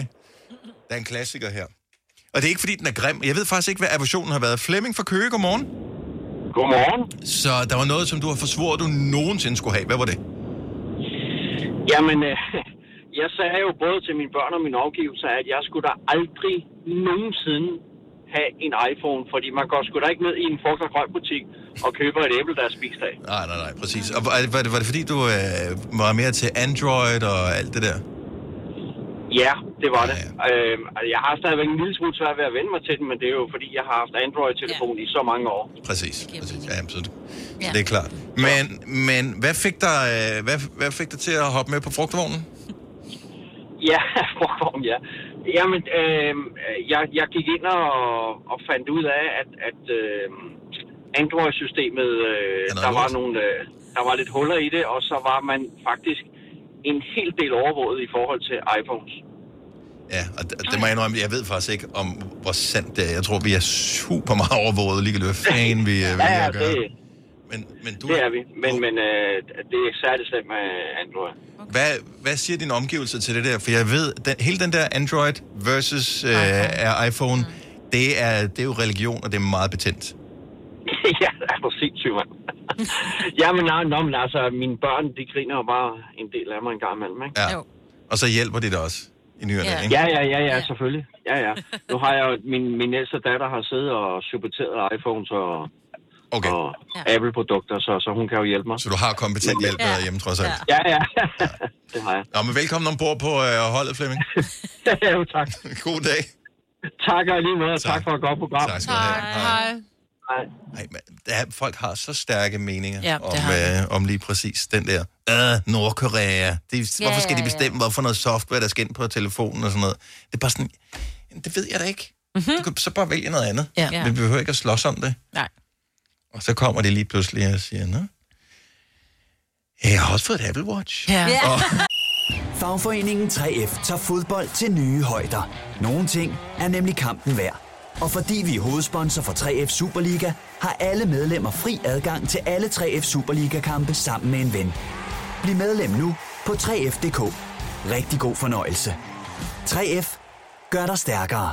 Speaker 1: Der er en klassiker her. Og det er ikke, fordi den er grim. Jeg ved faktisk ikke, hvad aversionen har været. Flemming fra Køge, godmorgen.
Speaker 8: Godmorgen.
Speaker 1: Så der var noget, som du har forsvoret, du nogensinde skulle have. Hvad var det?
Speaker 8: Jamen, øh, jeg sagde jo både til mine børn og mine omgivelser, at jeg skulle da aldrig nogensinde have en iPhone, fordi man går sgu da ikke ned i en frugt- og grøntbutik og køber et æble, der er spist af.
Speaker 1: Nej, nej, nej, præcis. Og var var det, var det fordi, du øh, var mere til Android og alt det der?
Speaker 8: Ja, det var det.
Speaker 1: Ja,
Speaker 8: Øh, jeg har stadigvæk en lille smule svært ved at vende mig til den, men det er jo fordi, jeg har haft Android-telefon ja. i så mange år.
Speaker 1: Præcis. præcis. Ja, jamen, så, ja.
Speaker 5: Ja.
Speaker 1: det er klart. Men, men hvad, fik dig, øh, hvad, hvad fik dig til at hoppe med på frugtvognen?
Speaker 8: Ja, frugtvogn, ja. Jamen, øh, jeg, jeg gik ind og, og fandt ud af, at, at øh, Android-systemet, øh,
Speaker 1: noget
Speaker 8: der, var
Speaker 1: lort.
Speaker 8: nogle, øh, der var lidt huller i det, og så var man faktisk en hel del overvåget i forhold til iPhones.
Speaker 1: Ja, og det, det må jeg indrømme, jeg ved faktisk ikke, om hvor sandt det er. Jeg tror, vi er super meget overvåget, ligegyldigt hvad fanden vi, øh, vi
Speaker 8: Ja,
Speaker 1: ja,
Speaker 8: ja, det,
Speaker 1: gøre. Men, men du,
Speaker 8: det er vi. Men, men øh, det er ikke særlig slemt med Android.
Speaker 1: Hvad, hvad siger din omgivelser til det der? For jeg ved, den, hele den der Android versus øh, er iPhone, mm. det, er, det er jo religion, og det er meget betændt.
Speaker 8: ja, er du sindssyg, mand. Jamen, nej, nå, men altså, mine børn, de griner jo bare en del af mig en gang imellem, ikke?
Speaker 1: Ja.
Speaker 2: Jo.
Speaker 1: Og så hjælper det dig også i nyerne,
Speaker 2: Ja.
Speaker 1: ja. ikke?
Speaker 8: Ja, ja, ja, ja, selvfølgelig. Ja, ja. Nu har jeg jo, min, min ældste datter har siddet og supporteret iPhones og,
Speaker 1: Okay,
Speaker 8: og Apple-produkter, så, så hun kan jo hjælpe mig.
Speaker 1: så du har kompetent hjælp
Speaker 5: Ja.
Speaker 1: ja. hjemme trods alt.
Speaker 8: Ja, ja. det har jeg.
Speaker 1: Nå, men velkommen ombord på øh, holdet, Flemming.
Speaker 8: jo, tak.
Speaker 1: God dag.
Speaker 8: Tak og i lige måde. Tak.
Speaker 1: Tak.
Speaker 8: tak for et godt program.
Speaker 1: Tak skal du
Speaker 2: Tak,
Speaker 1: have. Hej.
Speaker 2: hej.
Speaker 8: Hej.
Speaker 1: Ej, men, der, er- folk har så stærke meninger
Speaker 2: Ja,
Speaker 1: ja,
Speaker 2: det
Speaker 1: om,
Speaker 2: har
Speaker 1: øh, om lige præcis den der. Øh, Nordkorea. De, ja, hvorfor skal
Speaker 5: ja,
Speaker 1: de
Speaker 5: ja.
Speaker 1: bestemme, ja. hvorfor noget software, der skal ind på telefonen og sådan noget? Det er bare sådan, "Jamen, det ved jeg da ikke. Mm-hmm. Du kan så bare vælge noget andet.
Speaker 2: Ja.
Speaker 1: Vi behøver ikke at slås om det.
Speaker 2: Nej.
Speaker 1: Og så kommer det lige pludselig og siger, Nå, jeg har også fået et Apple Watch.
Speaker 2: Ja.
Speaker 5: Ja.
Speaker 9: Fagforeningen 3F tager fodbold til nye højder. Nogle ting er nemlig kampen værd. Og fordi vi er hovedsponsor for 3F Superliga, har alle medlemmer fri adgang til alle 3F Superliga-kampe sammen med en ven. Bliv medlem nu på 3F.dk. Rigtig god fornøjelse. 3F gør dig stærkere.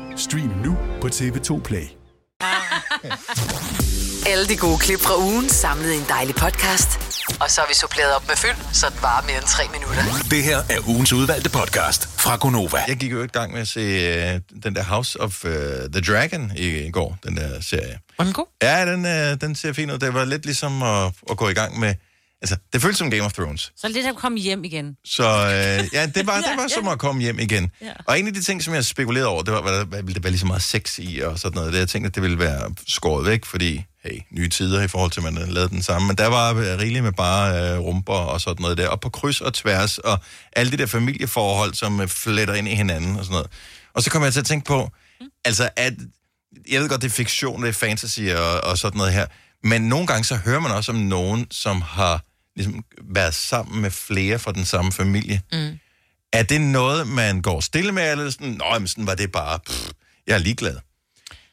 Speaker 10: Stream nu på TV2 Play.
Speaker 3: Alle de gode klip fra ugen samlet i en dejlig podcast. Og så har vi suppleret op med fyld, så det varer mere end tre minutter.
Speaker 4: Det her er ugens udvalgte podcast fra Gonova.
Speaker 1: Jeg gik jo i gang med at se øh, den der House of øh, the Dragon i, i går, den der serie.
Speaker 2: Var den god?
Speaker 1: Ja, den, øh, den ser fin ud. Det var lidt ligesom at, at gå i gang med... Altså, det føltes som Game of Thrones.
Speaker 5: Så lidt at komme hjem igen.
Speaker 1: Så øh, ja, det var, det var som at komme hjem igen. Ja. Og en af de ting, som jeg spekulerede over, det var, hvad, hvad ville der være lige så meget sex i og sådan noget. Det, jeg tænkte, at det ville være skåret væk, fordi, hey, nye tider i forhold til, at man havde lavet den samme. Men der var øh, rigeligt med bare øh, rumper og sådan noget der. Og på kryds og tværs, og alle de der familieforhold, som øh, fletter ind i hinanden og sådan noget. Og så kom jeg til at tænke på, altså, at jeg ved godt, det er fiktion, det er fantasy og, og sådan noget her, men nogle gange så hører man også om nogen, som har ligesom været sammen med flere fra den samme familie. Mm. Er det noget, man går stille med, eller sådan, nå, jamen, sådan var det bare, pff, jeg er ligeglad.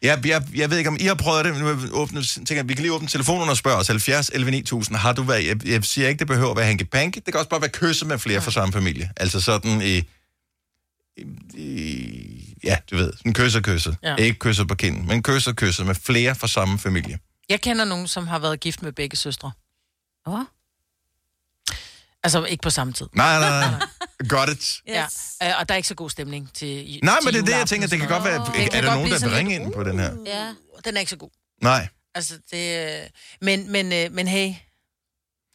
Speaker 1: Jeg, jeg, jeg ved ikke, om I har prøvet det, men nu åbne, tænker, jeg, vi kan lige åbne telefonen og spørge os, 70 11 9000, har du været, jeg, jeg siger ikke, det behøver at være hanky panky, det kan også bare være kysse med flere fra samme familie. Altså sådan i, i ja, du ved, sådan kysser kysset.
Speaker 2: Ja.
Speaker 1: Ja. Ikke kysser på kinden, men kysser kysset med flere fra samme familie.
Speaker 2: Jeg kender nogen, som har været gift med begge søstre.
Speaker 5: Åh.
Speaker 2: Altså ikke på samme tid.
Speaker 1: Nej, nej, nej. Got it.
Speaker 5: Yes.
Speaker 2: Ja. Øh, Og der er ikke så god stemning til i-
Speaker 1: Nej,
Speaker 2: til
Speaker 1: men det er det, jeg
Speaker 2: juleaften
Speaker 1: tænker,
Speaker 2: og
Speaker 1: det kan
Speaker 2: sådan
Speaker 1: godt være,
Speaker 2: Det kan
Speaker 1: er der
Speaker 2: godt
Speaker 1: nogen,
Speaker 2: blive
Speaker 1: der vil
Speaker 2: sådan uh.
Speaker 1: ringe ind på den her?
Speaker 5: Ja.
Speaker 2: noget. Den er ikke så god.
Speaker 1: Nej.
Speaker 2: Altså, det... øh, Men, men, øh, men hey,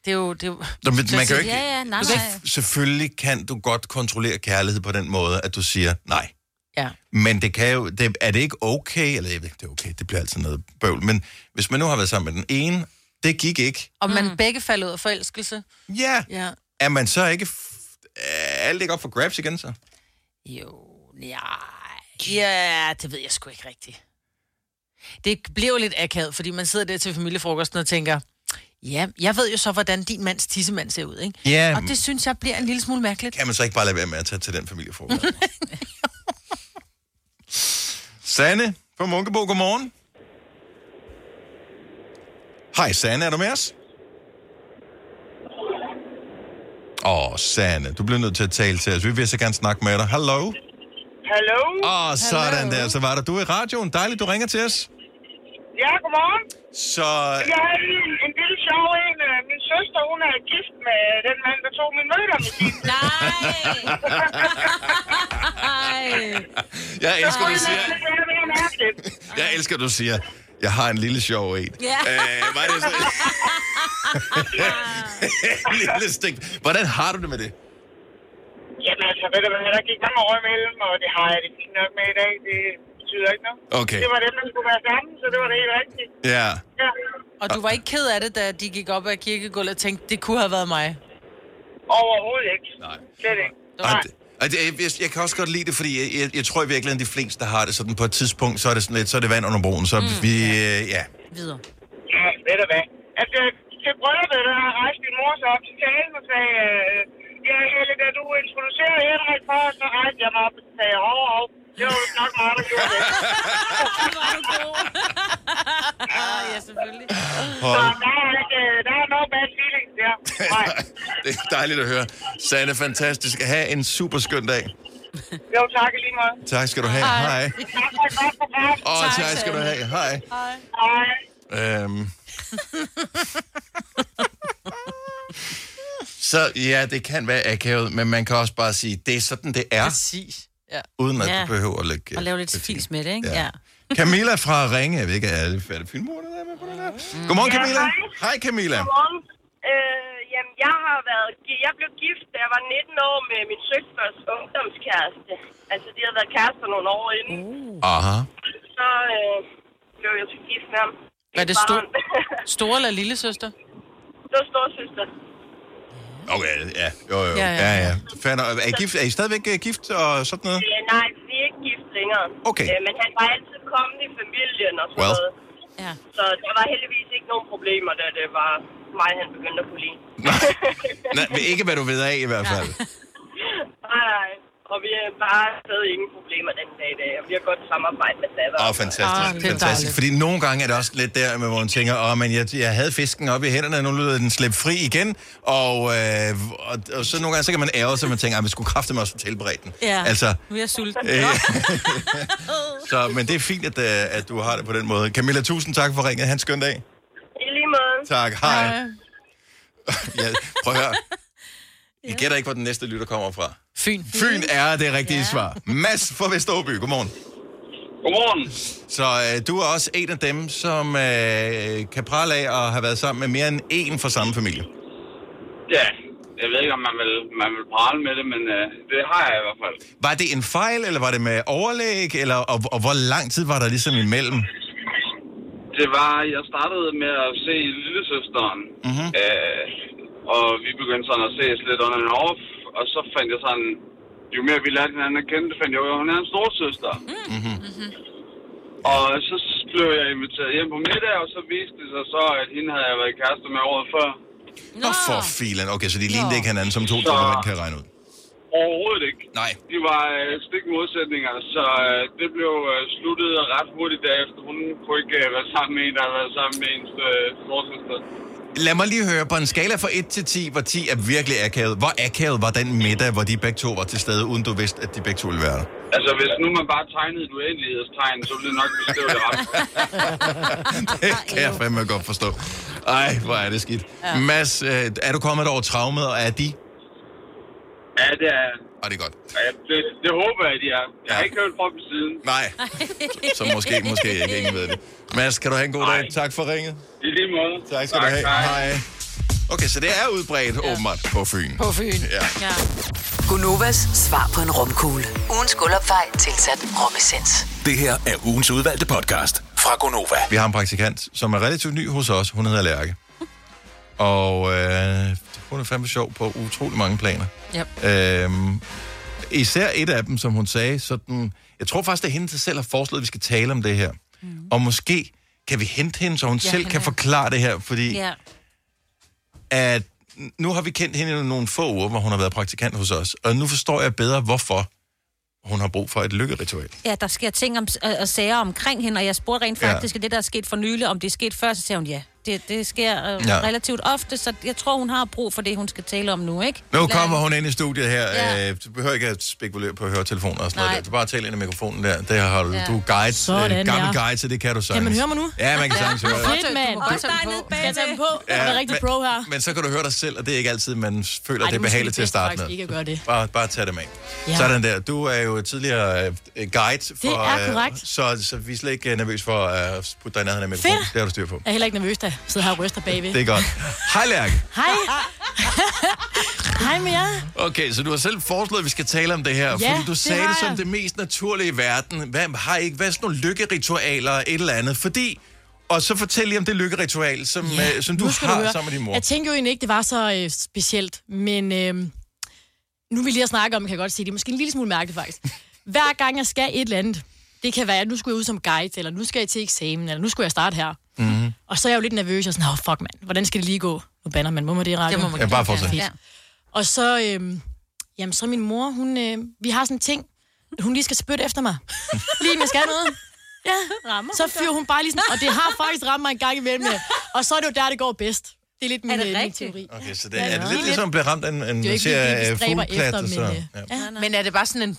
Speaker 2: det er jo... Det er jo
Speaker 1: Nå, men man kan jo ikke,
Speaker 5: Ja, ja, nej,
Speaker 1: Du kan
Speaker 5: nej.
Speaker 1: ikke, selvfølgelig kan du godt kontrollere kærlighed på den måde, at du siger nej.
Speaker 2: ja.
Speaker 1: Men det kan jo, det, er det ikke okay, eller jeg ved ikke, det er okay, det bliver altid noget bøvl, men hvis man nu har været sammen med den ene, det gik ikke,
Speaker 2: Og man begge falder ud af forelskelse.
Speaker 1: Mm. ja,
Speaker 2: Ja.
Speaker 1: er man så ikke, f- er alt ikke op for grabs igen så?
Speaker 2: Jo, nej. Ja, det ved jeg sgu ikke rigtigt. Det bliver jo lidt akavet, fordi man sidder der til familiefrokosten og tænker, ja, jeg ved jo så, hvordan din mands tissemand ser ud, ikke?
Speaker 1: Ja,
Speaker 2: Og det synes jeg bliver en lille smule mærkeligt.
Speaker 1: kan man så ikke bare lade være med at tage til den familiefrokost? Sanne fra Munkebo, godmorgen. Hej, Sanne, er du med os? Åh, oh, Sanne, du bliver nødt til at tale til os. Vi vil så gerne snakke med dig. Hallo?
Speaker 11: Hallo?
Speaker 1: Åh, oh, sådan der. Så var der du er i radioen. Dejligt, du ringer til os.
Speaker 11: Ja, godmorgen.
Speaker 1: Så...
Speaker 11: Jeg har lige en, en lille sjov en. Øh, Min søster, hun er gift med den mand, der tog min møder med sin. Nej!
Speaker 1: Jeg elsker, du siger,
Speaker 11: Det er mere mærkeligt.
Speaker 1: jeg elsker, du siger, jeg har en lille sjov en.
Speaker 11: Ja.
Speaker 1: Øh, var det så... en lille stik. Hvordan har du det med det?
Speaker 11: Jamen altså, ved du hvad, der gik mange år imellem, og det har jeg det fint nok med i dag. Det betyder ikke noget.
Speaker 1: Okay.
Speaker 11: Det var dem, der skulle være sammen, så det var det helt rigtigt.
Speaker 1: Ja.
Speaker 11: Ja.
Speaker 2: Og du var ikke ked af det, da de gik op ad kirkegulvet og tænkte, det kunne have været mig?
Speaker 11: Overhovedet ikke.
Speaker 1: Nej.
Speaker 11: Slet ikke.
Speaker 1: Ej, det- ej, det- jeg, jeg, jeg kan også godt lide det, fordi jeg, jeg, jeg tror i virkeligheden, de fleste der har det sådan på et tidspunkt, så er det sådan lidt, så er det vand under broen, så mm, vi, øh, ja.
Speaker 2: Videre.
Speaker 11: Ja, ved du hvad. Altså, til brylluppet, der rejste min mor så op til talen og sagde, øh, ja, Helle, da du introducerede Henrik for os, så rejste jeg mig op og sagde, hov, hov, det var vist nok mig, der gjorde det.
Speaker 2: ja, selvfølgelig.
Speaker 11: Så
Speaker 1: Hold.
Speaker 11: der er, ikke, øh, der er no bad feelings der. Nej.
Speaker 1: Det er dejligt at høre. Sanne, fantastisk. Ha' en super skøn dag.
Speaker 11: Jo, tak i lige meget.
Speaker 1: Tak skal du have. Hej.
Speaker 11: Tak for et godt program.
Speaker 1: Åh, tak, skal du have. Hej.
Speaker 11: Hej. Hej.
Speaker 1: Øhm. så ja, det kan være akavet, men man kan også bare sige, det er sådan, det er.
Speaker 2: Præcis. Ja.
Speaker 1: Uden at du behøver at lægge...
Speaker 5: Og lave lidt fils med det, ikke?
Speaker 1: Ja.
Speaker 5: Ja.
Speaker 1: Camilla fra Ringe, jeg ved ikke, er det, er det Fynbo, der er med på det der? Godmorgen,
Speaker 12: Mm. Ja,
Speaker 1: Camilla.
Speaker 12: hej.
Speaker 1: Hej, Camilla.
Speaker 12: Godmorgen. Øh, jamen, jeg har været... gi- Jeg blev gift, da jeg var 19 år med min søsters ungdomskæreste. Altså, de havde været kærester nogle år inden. Mm.
Speaker 1: Aha.
Speaker 12: Så øh, blev jeg så gift med ham.
Speaker 2: Var det stor, store eller lille søster?
Speaker 12: Det var storsøster.
Speaker 1: Okay, ja. Jo, jo.
Speaker 12: Ja,
Speaker 1: Ja,
Speaker 12: ja.
Speaker 1: ja. ja. Fair nok. Er, I gift, er I stadigvæk øh, gift og sådan noget?
Speaker 12: Øh, nej, vi er ikke gift længere.
Speaker 1: Okay.
Speaker 12: Øh, men han var altid kommet i familien og sådan
Speaker 1: Well.
Speaker 12: noget.
Speaker 5: Ja.
Speaker 12: Så der var heldigvis ikke nogen problemer, da det var mig, han begyndte at kunne lide.
Speaker 1: Nej, men ikke hvad du ved af i hvert fald.
Speaker 12: nej, nej. Og vi har bare stadig ingen problemer den dag i dag, og vi har godt samarbejde med Sava.
Speaker 1: Åh, oh,
Speaker 6: Ah,
Speaker 1: fantastisk. Oh, fantastisk. Fordi nogle gange er det også lidt der, med, hvor man tænker, åh, oh, men jeg, jeg havde fisken op i hænderne, og nu lyder den slippe fri igen. Og, øh, og, og, så nogle gange, så kan man ærge sig, og man tænker, at vi skulle kræfte mig også tilberede den.
Speaker 5: Ja.
Speaker 1: Altså,
Speaker 5: Nu er jeg sulten.
Speaker 1: øh, så, men det er fint, at, øh, at du har det på den måde. Camilla, tusind tak for ringet. Han skøn dag.
Speaker 12: I lige måde.
Speaker 1: Tak. Hej. Hej. Ja, prøv at høre. Jeg gætter ikke, hvor den næste lytter kommer fra.
Speaker 2: Fyn.
Speaker 1: Fyn er det rigtige ja. svar. Mads fra Vesteråby, godmorgen.
Speaker 13: Godmorgen.
Speaker 1: Så øh, du er også en af dem, som øh, kan prale af at have været sammen med mere end én fra samme familie.
Speaker 13: Ja, jeg ved ikke, om man vil, man vil prale med det, men øh, det har jeg i hvert fald.
Speaker 1: Var det en fejl, eller var det med overlæg, eller, og, og hvor lang tid var der ligesom imellem?
Speaker 13: Det var, jeg startede med at se Lillesøsteren,
Speaker 1: Mhm.
Speaker 13: øh, og vi begyndte sådan at ses lidt on and off, og så fandt jeg sådan, jo mere vi lærte hinanden at kende, det fandt jeg jo, at hun er en storsøster.
Speaker 1: Mm-hmm.
Speaker 13: Og så blev jeg inviteret hjem på middag, og så viste det sig så, at hende havde jeg været kæreste med året før.
Speaker 1: Nå. Og for filen. Okay, så de lignede
Speaker 13: Nå.
Speaker 1: ikke hinanden, som to
Speaker 13: Så-
Speaker 1: drømme kan regne ud.
Speaker 13: Overhovedet ikke.
Speaker 1: Nej.
Speaker 13: De var øh, stik modsætninger, så øh, det blev øh, sluttet ret hurtigt derefter. Hun kunne ikke øh, være sammen med en, der havde været sammen med ens øh, storsøster.
Speaker 1: Lad mig lige høre, på en skala fra 1 til 10, hvor 10 er virkelig akavet. Hvor akavet var den middag, hvor de begge to var til stede, uden du vidste, at de begge to ville være der?
Speaker 13: Altså, hvis nu man bare tegnede et uendelighedstegn, så ville det nok beskrive det ret.
Speaker 1: det kan jeg fandme godt forstå. Ej, hvor er det skidt. Ja. Mads, øh, er du kommet over traumet, og er de?
Speaker 13: Ja, det er...
Speaker 1: Og det er godt.
Speaker 13: Ja, det, det håber jeg, de er. Jeg har ikke hørt fra dem siden.
Speaker 1: Nej. Så måske, måske ikke. Ingen ved det. Mads, kan du have en god dag. Tak for ringet.
Speaker 13: I lige måde.
Speaker 1: Tak skal
Speaker 13: Tak,
Speaker 1: du have.
Speaker 13: hej.
Speaker 1: Hej. Okay, så det er udbredt ja. åbenbart på Fyn.
Speaker 2: På Fyn.
Speaker 1: Ja.
Speaker 2: Ja.
Speaker 3: Gunovas svar på en romkugle. Ugens guldopfej tilsat romessens.
Speaker 4: Det her er ugens udvalgte podcast fra Gonova.
Speaker 1: Vi har en praktikant, som er relativt ny hos os. Hun hedder Lærke. Og øh, hun er fandme sjov på utrolig mange planer.
Speaker 2: Yep.
Speaker 1: Øhm, især et af dem, som hun sagde, sådan, jeg tror faktisk, det er hende der selv har foreslået, at vi skal tale om det her. Mm. Og måske kan vi hente hende, så hun
Speaker 14: Ja,
Speaker 1: ja, selv
Speaker 14: hende
Speaker 1: kan
Speaker 14: er-
Speaker 1: forklare det her, fordi
Speaker 14: Ja.
Speaker 1: at nu har vi kendt hende i nogle få uger, hvor hun har været praktikant hos os, og nu forstår jeg bedre, hvorfor hun har brug for et lykkeritual.
Speaker 5: Ja, der sker ting om, og, og sager øh, omkring hende, og jeg spurgte rent
Speaker 1: Ja.
Speaker 5: faktisk, ja. det der er sket for nylig, om det er sket før, så sagde hun ja. det, det sker øh,
Speaker 1: Ja.
Speaker 5: ja. relativt ofte, så jeg tror, hun har brug for det, hun skal tale om nu, ikke?
Speaker 1: Nu
Speaker 5: Lad-
Speaker 1: kommer hun ind i studiet her. Ja. Øh, du behøver ikke at spekulere på høretelefoner og sådan
Speaker 5: Nej.
Speaker 1: noget. Der. Du bare tale ind i mikrofonen der. Det har du.
Speaker 5: Ja.
Speaker 1: Du er guide,
Speaker 14: Sådan,
Speaker 1: øh, gammel
Speaker 14: ja.
Speaker 1: guide, så det kan du sagtens.
Speaker 14: Kan man høre mig nu?
Speaker 1: Ja, man kan sagtens høre dig.
Speaker 14: Fedt, mand. Også dig nede bag. Skal jeg tage dem på? Ja, jeg er rigtig
Speaker 1: men,
Speaker 14: pro her.
Speaker 1: Men så kan du høre dig selv, og det er ikke altid, man føler,
Speaker 14: Ej,
Speaker 1: Ej, det
Speaker 14: det er
Speaker 1: er behageligt
Speaker 14: måske
Speaker 1: til at
Speaker 14: bedst
Speaker 1: starte
Speaker 14: faktisk
Speaker 1: med.
Speaker 14: ikke at gøre det.
Speaker 1: Bare, bare tag det med. Ja.
Speaker 14: Ja.
Speaker 1: Sådan der. Du er jo tidligere øh, øh, guide. For,
Speaker 14: er
Speaker 1: øh,
Speaker 14: korrekt.
Speaker 1: så, så vi er slet ikke øh, nervøs for at putte dig i nærheden af mikrofonen.
Speaker 14: Fedt.
Speaker 1: Det har du styr på.
Speaker 14: Jeg er heller ikke nervøs, da jeg sidder her og ryster bagved.
Speaker 1: Det er godt. Hej, Lærke.
Speaker 14: Hej. Hej med jer.
Speaker 1: Okay, så du har selv foreslået, at vi skal tale om det her,
Speaker 14: Ja,
Speaker 1: fordi du
Speaker 14: det
Speaker 1: sagde
Speaker 14: har
Speaker 1: det som
Speaker 14: jeg.
Speaker 1: det mest naturlige i verden. Hvad har I ikke? Hvad er sådan nogle lykkeritualer eller et eller andet? Fordi, og så fortæl lige om det lykkeritual, som, ja, øh, som du
Speaker 14: Nu skal
Speaker 1: har
Speaker 14: høre.
Speaker 1: sammen med din mor.
Speaker 14: Jeg tænker jo egentlig ikke, det var så øh, specielt, men øh, nu vi lige har snakket om, kan jeg godt sige, det er måske en lille smule mærkeligt faktisk. Hver gang jeg skal et eller andet, det kan være, at nu skulle jeg ud som guide, eller nu skal jeg til eksamen, eller nu skulle jeg starte her.
Speaker 1: Mm-hmm.
Speaker 14: Og så er jeg jo lidt nervøs, og sådan, oh, fuck mand, hvordan skal det lige gå? Nu banner man, må man det i radio?
Speaker 1: Det må man Ja, bare gerne. fortsæt.
Speaker 14: Fedt. Og så, øhm, jamen så min mor, hun, øh, vi har sådan en ting, at hun lige skal spytte efter mig. lige når jeg skal noget. Ja, rammer så fyrer hun bare lige sådan, og det har faktisk ramt mig en gang imellem. ja. Og så er det jo der, det går bedst. Det er lidt min,
Speaker 5: det
Speaker 14: øh, min
Speaker 5: rigtigt?
Speaker 14: teori.
Speaker 1: Okay, så det
Speaker 14: Ja,
Speaker 1: er det
Speaker 14: ja.
Speaker 1: lidt ligesom at blive ramt af en, en
Speaker 14: Det er jo ikke
Speaker 1: serie
Speaker 14: fordi, vi stræber
Speaker 1: af fugleplat.
Speaker 14: efter,
Speaker 1: og
Speaker 14: men,
Speaker 1: så-
Speaker 14: øh,
Speaker 1: ja.
Speaker 14: Ja, nej.
Speaker 2: Men er det bare sådan en...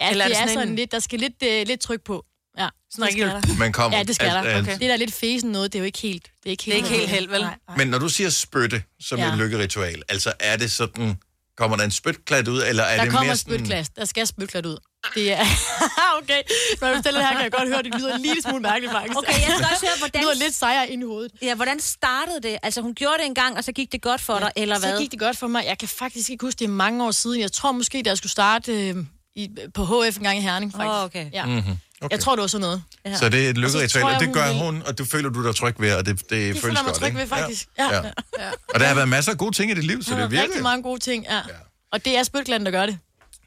Speaker 14: Ja, Eller
Speaker 2: Eller er
Speaker 14: det
Speaker 2: det
Speaker 14: er
Speaker 2: sådan
Speaker 14: sådan
Speaker 2: en-
Speaker 14: lidt, der skal lidt, øh, lidt tryk på. Ja, sådan
Speaker 2: rigtig-
Speaker 1: Man kommer.
Speaker 14: Ja, det skal
Speaker 1: Alt-
Speaker 14: der.
Speaker 1: alt.
Speaker 14: Okay. Det der er lidt fesen noget, det er jo ikke helt... Det er ikke
Speaker 2: Det er
Speaker 14: helt,
Speaker 2: ikke helt held, vel?
Speaker 14: Nej, nej.
Speaker 1: Men når du siger spytte som
Speaker 14: Ja.
Speaker 1: et lykkeritual, altså er det sådan, kommer der en spytklat ud, eller er
Speaker 14: der
Speaker 1: det
Speaker 14: kommer
Speaker 1: mere sådan...
Speaker 14: spytklat. Der skal spytklat ud. Det er... okay. Når du fortæller det her, kan jeg godt høre, det lyder en lille smule mærkeligt, faktisk.
Speaker 5: Okay, jeg skal også høre, hvordan...
Speaker 14: Det lyder lidt sejere ind i hovedet.
Speaker 5: Ja, hvordan startede det? Altså, hun gjorde det en gang, og så gik det godt for ja, dig, eller hvad?
Speaker 14: Så gik det godt for mig. Jeg kan faktisk ikke huske, det er mange år siden. Jeg tror måske, da jeg skulle starte øh, i, på HF en gang i Herning, faktisk.
Speaker 5: Åh, okay.
Speaker 14: Ja.
Speaker 1: Mhm, okay.
Speaker 14: Jeg tror, det var sådan noget. Ja.
Speaker 1: Så det er et lykkeritual,
Speaker 14: tror
Speaker 1: og,
Speaker 14: jeg,
Speaker 1: det
Speaker 14: hun
Speaker 1: gør
Speaker 14: vil-
Speaker 1: hun, og du føler du dig tryg ved, og det, det, det
Speaker 14: Det
Speaker 1: føles
Speaker 14: føler man
Speaker 1: godt,
Speaker 14: tryg
Speaker 1: ikke?
Speaker 14: ved, faktisk.
Speaker 1: Ja.
Speaker 14: Ja.
Speaker 1: Ja. Og der har været masser af gode ting i dit liv, så
Speaker 14: Der
Speaker 1: det
Speaker 14: er
Speaker 1: virker.
Speaker 14: rigtig mange gode ting, ja. Og det er spytkland, der gør det.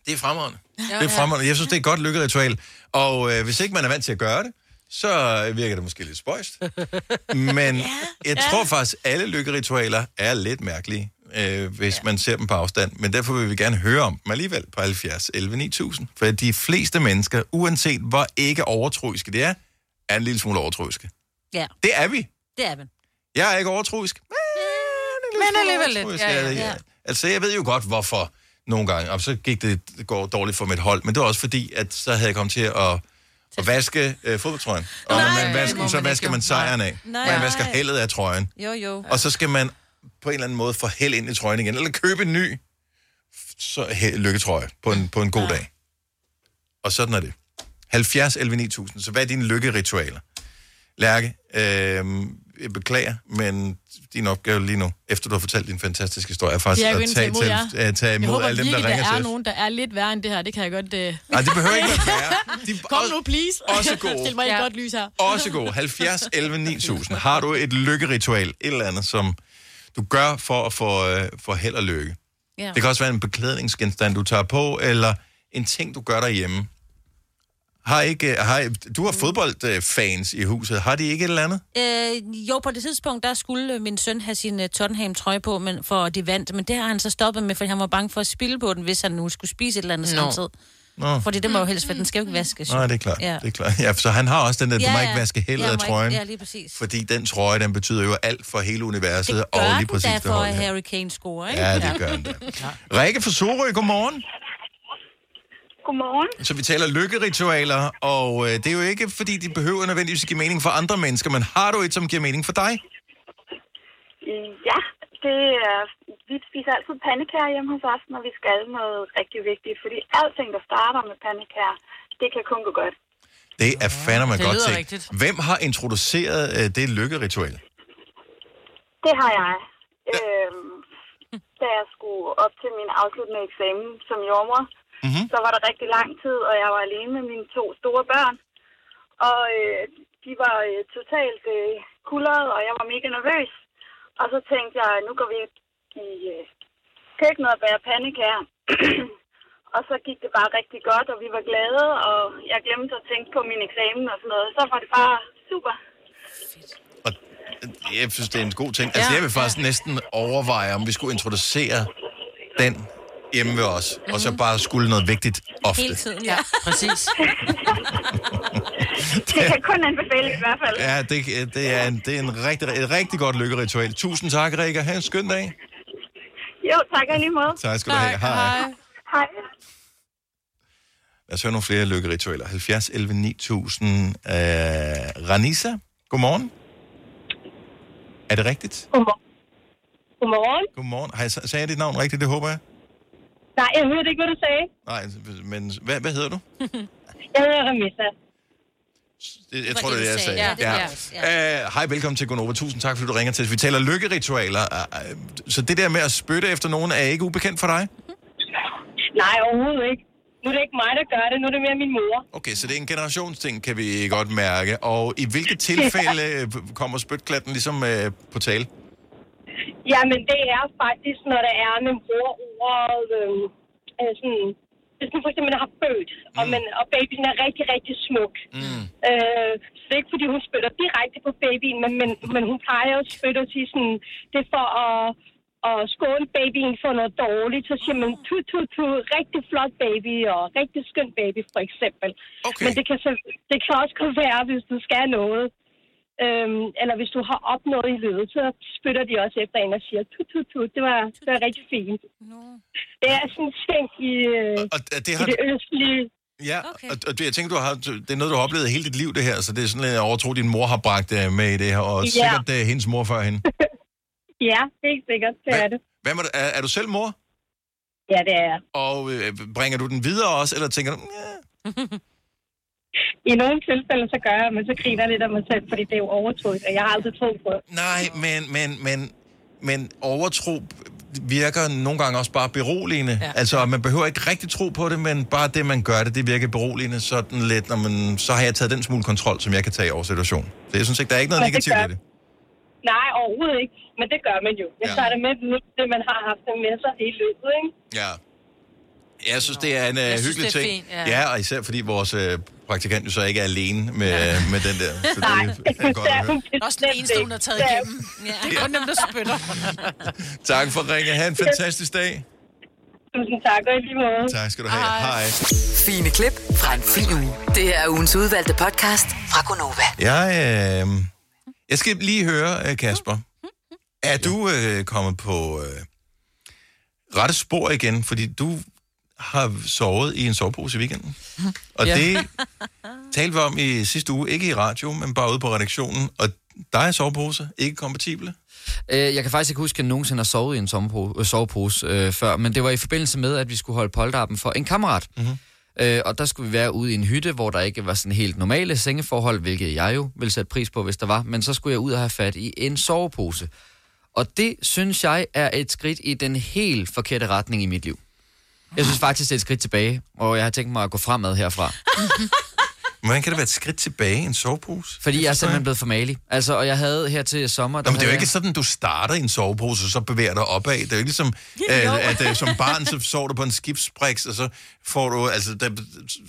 Speaker 1: Det er fremragende. Det er fremragende. Jeg synes, det er et godt lykkeritual. Og øh, hvis ikke man er vant til at gøre det, så virker det måske lidt spøjst. Men jeg tror faktisk, alle lykkeritualer er lidt mærkelige, øh, hvis man ser dem på afstand. Men derfor vil vi gerne høre om dem alligevel på 70 11 9000. For de fleste mennesker, uanset hvor ikke overtroiske de er, er en lille smule overtroiske.
Speaker 5: Ja,
Speaker 1: Det er vi.
Speaker 5: det er man.
Speaker 1: Jeg er ikke overtroisk.
Speaker 2: Men alligevel lidt.
Speaker 1: Ja, ja, ja. Altså, jeg ved jo godt, hvorfor nogle gange. Og så gik det, det går dårligt for mit hold. Men det var også fordi, at så havde jeg kommet til at, at vaske øh, fodboldtrøjen. Og når man vasker, den, så vasker man sejren af.
Speaker 5: Nej.
Speaker 1: Man vasker heldet af trøjen.
Speaker 5: Jo, jo.
Speaker 1: Og så skal man på en eller anden måde få held ind i trøjen igen. Eller købe en ny f- så, he- lykketrøje på en, på en god dag. Og sådan er det. 70 11 9000. Så hvad er dine lykkeritualer? Lærke, øh, jeg beklager, men din opgave lige nu, efter du har fortalt din fantastiske historie, er faktisk
Speaker 14: Det er
Speaker 1: at
Speaker 14: jo
Speaker 1: tage,
Speaker 14: inde til imod jer.
Speaker 1: til, at tage
Speaker 14: Jeg
Speaker 1: imod
Speaker 14: håber
Speaker 1: alle dem, der
Speaker 14: virkelig,
Speaker 1: ringer
Speaker 14: der er
Speaker 1: til os.
Speaker 14: nogen, der er lidt værre end det her. Det kan jeg godt... Øh...
Speaker 1: Nej, det behøver ikke at være.
Speaker 14: Kom nu, please.
Speaker 1: også gode.
Speaker 14: Stil mig ja.
Speaker 1: Ja.
Speaker 14: et godt lys her.
Speaker 1: Også god. 70 11 9000. Har du et lykkeritual, et eller andet, som du gør for at få, øh, for held og lykke?
Speaker 5: Ja.
Speaker 1: Det kan også være en beklædningsgenstand, du tager på, eller en ting, du gør derhjemme. Har ikke, øh, har, I- du
Speaker 5: Mm.
Speaker 1: har fodboldfans i huset. Har de ikke et eller andet?
Speaker 5: Øh, jo, på det tidspunkt, der skulle øh, min søn have sin uh, Tottenham-trøje på, men, for de vandt. Men det har han så stoppet med, for han var bange for at spille på den, hvis han nu skulle spise et eller andet
Speaker 1: Nå.
Speaker 5: no. samtidig.
Speaker 1: Nå.
Speaker 5: Fordi det må jo helst være, den skal jo ikke vaskes. jo.
Speaker 1: Nej, det er klart. Ja. Det er klart. Ja, så han har også den der, du må ikke vaske heldet
Speaker 5: Jeg
Speaker 1: af
Speaker 5: må ikke-
Speaker 1: trøjen.
Speaker 5: Ja, lige præcis.
Speaker 1: Fordi den trøje, den betyder jo alt for hele universet.
Speaker 5: Det
Speaker 1: og
Speaker 5: gør
Speaker 1: lige
Speaker 5: den
Speaker 1: præcis
Speaker 5: da
Speaker 1: det
Speaker 5: for,
Speaker 1: hold
Speaker 5: at
Speaker 1: her.
Speaker 5: Harry Kane scorer, ikke?
Speaker 1: Ja, det gør han da. Rikke fra Sorø, godmorgen.
Speaker 15: Godmorgen.
Speaker 1: Så vi taler lykkeritualer, og øh, det er jo ikke, fordi de behøver nødvendigvis at give mening for andre mennesker, men har du et, som giver mening for dig?
Speaker 15: Mm, Ja, det er, vi spiser altid pandekager hjemme hos os, når vi skal noget rigtig vigtigt, fordi alting, der starter med pandekager, det kan kun gå godt.
Speaker 1: Det er fandme
Speaker 15: Det
Speaker 1: godt
Speaker 15: lyder
Speaker 1: tænkt.
Speaker 15: rigtigt.
Speaker 1: Hvem har introduceret øh, det lykkeritual?
Speaker 15: Det har jeg. Øhm, da jeg skulle op til min afsluttende eksamen som jordmor,
Speaker 1: mm-hmm.
Speaker 15: så var der rigtig lang tid, og jeg var alene med mine to store børn. Og øh, de var øh, totalt øh, kullerede, og jeg var mega nervøs. Og så tænkte jeg, nu går vi i øh, køkkenet og bærer pandekager. og så gik det bare rigtig godt, og vi var glade, og jeg glemte at tænke på min eksamen og sådan noget. Så var det bare super.
Speaker 1: Jeg synes, det er en god ting. Altså, jeg vil faktisk næsten overveje, om vi skulle introducere den
Speaker 15: Mhm.
Speaker 1: hjemme ved os, og så bare skulle noget vigtigt ofte.
Speaker 5: Hele tiden, ja.
Speaker 2: Præcis.
Speaker 15: Det kan kun anbefales i hvert fald.
Speaker 1: Ja, det, øh, det er, en, det er en rigtig, et rigtig godt lykkeritual. Tusind tak, Rikke. Ha' en skøn dag.
Speaker 15: Jo, tak og i lige måde.
Speaker 1: Tak skal du have. Hej.
Speaker 15: Hej.
Speaker 1: Lad os høre nogle flere lykkeritualer. 70 11 9000. Øh, Ranisa, godmorgen. Er det rigtigt?
Speaker 16: Godmorgen.
Speaker 1: Godmorgen. Har jeg, sa- sagde jeg dit navn rigtigt? Det håber jeg.
Speaker 16: Nej, jeg hørte ikke, hvad du sagde.
Speaker 1: Nej, men hvad, hvad hedder du?
Speaker 16: Jeg hedder Ramissa.
Speaker 1: Det, jeg
Speaker 16: var
Speaker 1: tror,
Speaker 16: det,
Speaker 1: det
Speaker 16: du
Speaker 1: er det, jeg
Speaker 16: sagde.
Speaker 1: sagde.
Speaker 16: Ja, det var det,
Speaker 1: ja. Øh, Hej, velkommen til Gonova. Tusind tak, fordi du ringer til os. Vi taler lykkeritualer. Øh, øh, Så det der med at spytte efter nogen er ikke ubekendt for dig?
Speaker 16: Nej, overhovedet ikke. Nu er det ikke mig, der gør det. Nu er det mere min mor.
Speaker 1: Okay, så det er en generationsting, kan vi godt mærke. Og i hvilke tilfælde øh, kommer spytklatten ligesom øh, på tale?
Speaker 16: Jamen, det er faktisk, når der er, man bruger ordet... Øh, øh, sådan, hvis man for eksempel har født, mm. og, man, og babyen er rigtig, rigtig smuk. Mm. Øh, så det er ikke, fordi hun spytter direkte på babyen, men, men, men hun plejer at spytte og sige sådan, det er for at, at skåle babyen for noget dårligt. Så siger man, tu, tu, tu, rigtig flot baby, og rigtig skøn baby, for eksempel.
Speaker 1: Okay.
Speaker 16: Men det kan, så, det kan også kunne være, hvis du skal noget. Øhm, eller hvis du har opnået i livet, så spytter de også efter en og siger, tu, tu, tu, det var, det var rigtig fint. Det er sådan en ting i, øh,
Speaker 1: og, det
Speaker 16: i det østlige.
Speaker 1: Ja, okay. og, og det, jeg tænker, du har, det er noget, du har oplevet hele dit liv, det her. Så det er sådan lidt overtro, din mor har bragt øh, med i det her. Og
Speaker 16: Ja.
Speaker 1: ja. sikkert øh, hendes mor før hende.
Speaker 16: Ja, helt sikkert, det er det.
Speaker 1: Hvad med, er, er du selv mor?
Speaker 16: Ja, det er jeg.
Speaker 1: Og øh, bringer du den videre også, eller tænker du, "Mm,
Speaker 16: I nogle tilfælde, så gør jeg, men så griner jeg lidt af mig selv, fordi det er jo overtryk, og jeg har aldrig troet på det.
Speaker 1: Nej, men, men, men, men overtro virker nogle gange også bare beroligende. Ja. Altså, man behøver ikke rigtig tro på det, men bare det, man gør det, det virker beroligende sådan lidt, når man, så har jeg taget den smule kontrol, som jeg kan tage over situationen. Så jeg synes ikke, der er ikke noget
Speaker 16: Men det
Speaker 1: negativt
Speaker 16: gør-
Speaker 1: i det.
Speaker 16: Nej, overhovedet ikke, men det gør man jo. Jeg
Speaker 1: Ja.
Speaker 16: ja. tager det med nu, det man har haft det med sig hele løbet, ikke?
Speaker 1: Ja. Jeg synes, det er en uh,
Speaker 16: synes,
Speaker 1: hyggelig
Speaker 16: det er
Speaker 1: ting.
Speaker 16: fint, ja.
Speaker 1: ja, og især fordi vores uh, praktikant jo så ikke er alene med, ja. med den der. Så
Speaker 2: Nej,
Speaker 1: det er godt at høre.
Speaker 2: Også den eneste, hun har taget igennem. Ja. Det er kun dem, der spytter.
Speaker 1: Tak for ringe. Ha' en fantastisk dag.
Speaker 16: Tusind tak, og i lige måde.
Speaker 1: Tak skal du have. Hej. Hej.
Speaker 3: Fine klip fra en fin uge. Det her er ugens udvalgte podcast fra Gonova.
Speaker 1: Jeg, øh, jeg skal lige høre, øh, Kasper. Er du øh, kommet på øh, rette spor igen? Fordi du har sovet i en sovepose i weekenden. Og ja. det talte vi om i sidste uge. Ikke i radio, men bare ude på redaktionen. Og der er soveposer ikke kompatible.
Speaker 17: Øh, jeg kan faktisk ikke huske, at jeg nogensinde har sovet i en sommerpo- øh, sovepose øh, før, men det var i forbindelse med, at vi skulle holde polterappen for en kammerat. Mm-hmm. Øh, og der skulle vi være ude i en hytte, hvor der ikke var sådan helt normale sengeforhold, hvilket jeg jo ville sætte pris på, hvis der var. Men så skulle jeg ud og have fat i en sovepose. Og det, synes jeg, er et skridt i den helt forkerte retning i mit liv. Jeg synes faktisk, det er et skridt tilbage, og jeg har tænkt mig at gå fremad herfra.
Speaker 1: Hvordan kan det være et skridt tilbage i en sovepose?
Speaker 17: Fordi jeg er
Speaker 1: forstår
Speaker 17: simpelthen blevet for malig. Altså, og jeg havde her til sommer... der
Speaker 1: Nå, men det er jo
Speaker 17: havde
Speaker 1: ikke sådan, du starter i en sovepose, og så bevæger dig opad. Det er jo ikke ligesom,
Speaker 17: Jo.
Speaker 1: øh, at øh, som barn, så sover du på en skibsbriks, og så, får du, altså, der,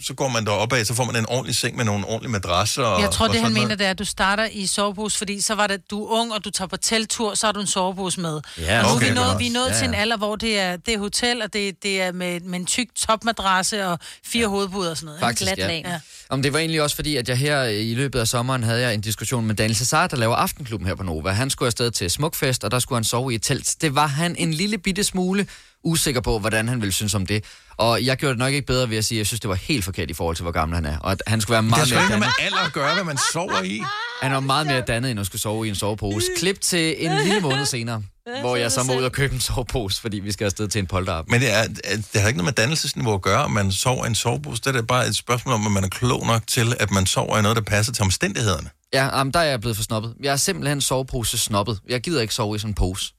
Speaker 1: så går man der opad, så får man en ordentlig seng med nogle ordentlige madrasser. Og,
Speaker 2: Jeg tror,
Speaker 1: og
Speaker 2: det
Speaker 1: sådan
Speaker 2: han mener,
Speaker 1: noget.
Speaker 2: det er, at du starter i sovepose, fordi så var det, at du er ung, og du tager på teltur, så har du en sovepose med.
Speaker 1: Ja,
Speaker 2: og nu
Speaker 1: okay,
Speaker 2: er vi
Speaker 1: godt.
Speaker 2: nået, vi er nået
Speaker 1: Ja,
Speaker 2: ja, til en
Speaker 1: ja.
Speaker 2: alder, hvor det er, det er hotel, og det, det er med, med en tyk topmadrasse og fire ja. hovedpuder og sådan noget. ikke?
Speaker 17: Faktisk, ja. ja. Om det var egentlig også fordi, at jeg her i løbet af sommeren havde jeg en diskussion med Daniel Cesar, der laver Aftenklubben her på Nova. Han skulle afsted til Smukfest, og der skulle han sove i et telt. Det var han en lille bitte smule usikker på, hvordan han ville synes om det. Og jeg gjorde det nok ikke bedre ved at sige, at jeg synes, det var helt forkert i forhold til, hvor gammel han er. Og at han skulle være
Speaker 1: Det har
Speaker 17: meget
Speaker 1: sgu
Speaker 17: mere
Speaker 1: ikke noget
Speaker 17: dannet.
Speaker 1: med alder at gøre, hvad man sover i.
Speaker 17: Han var meget mere dannet, end at skulle sove i en sovepose. Klip til en lille måned senere, hvor jeg så må ud og købe en sovepose, fordi vi skal afsted til en polterap.
Speaker 1: Men det, er, det har ikke noget med dannelsesniveau at gøre, om man sover i en sovepose. Det er da bare et spørgsmål om, at man er klog nok til, at man sover i noget, der passer til omstændighederne.
Speaker 17: Ja, jamen, der er jeg blevet for snobbet. Jeg er simpelthen sovepose snobbet. Jeg gider ikke sove i sådan en pose.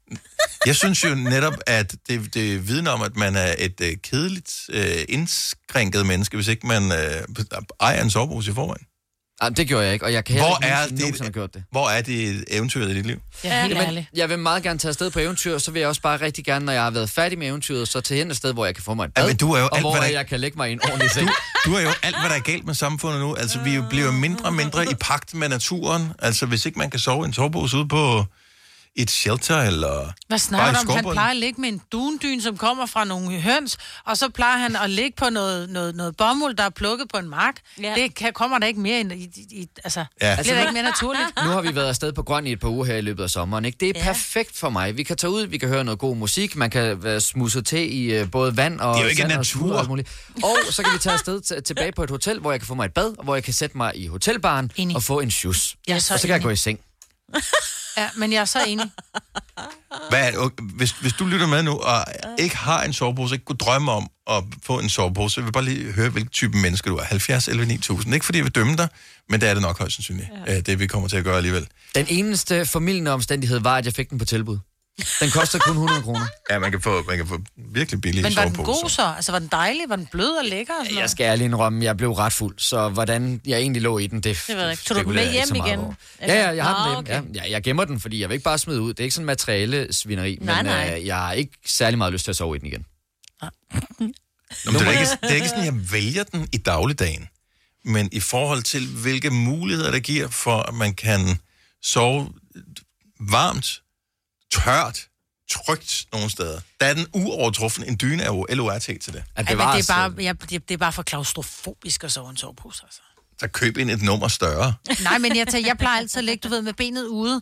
Speaker 1: Jeg synes jo netop, at det, det vidner om, at man er et øh, kedeligt, øh, indskrænket menneske, hvis ikke man øh, ejer en sovepose i forvejen.
Speaker 17: Jamen, det gjorde jeg ikke, og jeg kan heller
Speaker 1: Hvor
Speaker 17: ikke
Speaker 1: er
Speaker 17: nogensinde- nogensinde have gjort det.
Speaker 1: Hvor er det eventyret i dit liv?
Speaker 2: Ja, helt
Speaker 17: Jamen,
Speaker 2: ærligt.
Speaker 17: Jeg vil meget gerne tage afsted på eventyr, og så vil jeg også bare rigtig gerne, når jeg har været færdig med eventyret, så tage hen et sted, hvor jeg kan få mig et bad,
Speaker 1: Ja, men du er jo
Speaker 17: og
Speaker 1: alt,
Speaker 17: hvor
Speaker 1: hvad der-
Speaker 17: jeg kan lægge mig i en ordentlig seng.
Speaker 1: Du er jo alt, hvad der er galt med samfundet nu. Altså, vi bliver jo mindre og mindre i pagt med naturen. Altså, hvis ikke man kan sove i en sovepose ude på i et shelter, eller...
Speaker 2: Hvad snakker
Speaker 1: bare
Speaker 2: du
Speaker 1: i
Speaker 2: om? Han
Speaker 1: skovbunden?
Speaker 2: plejer at ligge med en dundyn, som kommer fra nogle høns, og så plejer han at ligge på noget, noget, noget bomuld, der er plukket på en mark. Ja. Det kan, kommer der ikke mere end... I, i, i, altså, ja. det bliver da ikke mere naturligt.
Speaker 17: Nu har vi været afsted på grøn i et par uger her i løbet af sommeren. Ikke? Det er ja. perfekt for mig. Vi kan tage ud, vi kan høre noget god musik, man kan være smusset til i øh, både vand og
Speaker 1: Det er jo ikke
Speaker 17: sand og
Speaker 1: natur.
Speaker 17: sludder og alt muligt. Og så kan vi tage afsted t- tilbage på et hotel, hvor jeg kan få mig et bad, og hvor jeg kan sætte mig i hotelbaren enig. og få en shoes.
Speaker 2: Jeg er
Speaker 17: og
Speaker 2: så
Speaker 17: så kan jeg
Speaker 2: enig.
Speaker 17: gå i seng.
Speaker 2: Ja, men jeg er så enig.
Speaker 1: Hvad er det? Okay, Hvis, hvis du lytter med nu og ikke har en sovepose, ikke kunne drømme om at få en sovepose, så vil jeg bare lige høre, hvilken type menneske du er. 70 11 9000. Ikke fordi jeg vil dømme dig, men det er det nok højst sandsynligt, ja. det vi kommer til at gøre alligevel.
Speaker 17: Den eneste formidlende omstændighed var, at jeg fik den på tilbud. Den koster kun 100 kroner.
Speaker 1: Ja, man kan få, man kan få virkelig billige
Speaker 2: Men var den
Speaker 17: sovepose.
Speaker 2: god så? Altså, var den dejlig? Var den blød og lækker? Og sådan
Speaker 17: Jeg
Speaker 2: noget?
Speaker 17: skal ærligt indrømme, jeg blev ret fuld, så hvordan jeg egentlig lå i den, det,
Speaker 2: Det ved jeg ikke. Tog du den
Speaker 17: spekulerer
Speaker 2: med
Speaker 17: jeg ikke så
Speaker 2: hjem
Speaker 17: meget
Speaker 2: igen?
Speaker 17: over.
Speaker 2: Eller-
Speaker 17: Ja, ja, jeg har
Speaker 2: Nå,
Speaker 17: den derhjemme. Ja, jeg, jeg gemmer den, fordi jeg vil ikke bare smide ud. Det er ikke sådan materiale svineri,
Speaker 2: Nej,
Speaker 17: men
Speaker 2: nej.
Speaker 17: Øh, jeg har ikke særlig meget lyst til at sove i den igen.
Speaker 1: Nå, men det, er ikke, det er ikke sådan, jeg vælger den i dagligdagen. Men i forhold til, hvilke muligheder der giver for, at man kan sove varmt, tørt, trygt nogle steder. Der er den uovertruffen. En dyne er jo LORT til det.
Speaker 2: Ej, men det er, bare,
Speaker 17: øh.
Speaker 2: jeg, det det er bare for klaustrofobisk at sove i en sovepose, altså.
Speaker 1: Så køb ind et nummer større.
Speaker 2: Nej, men jeg, tager, jeg plejer altid at ligge, du ved, med benet ude.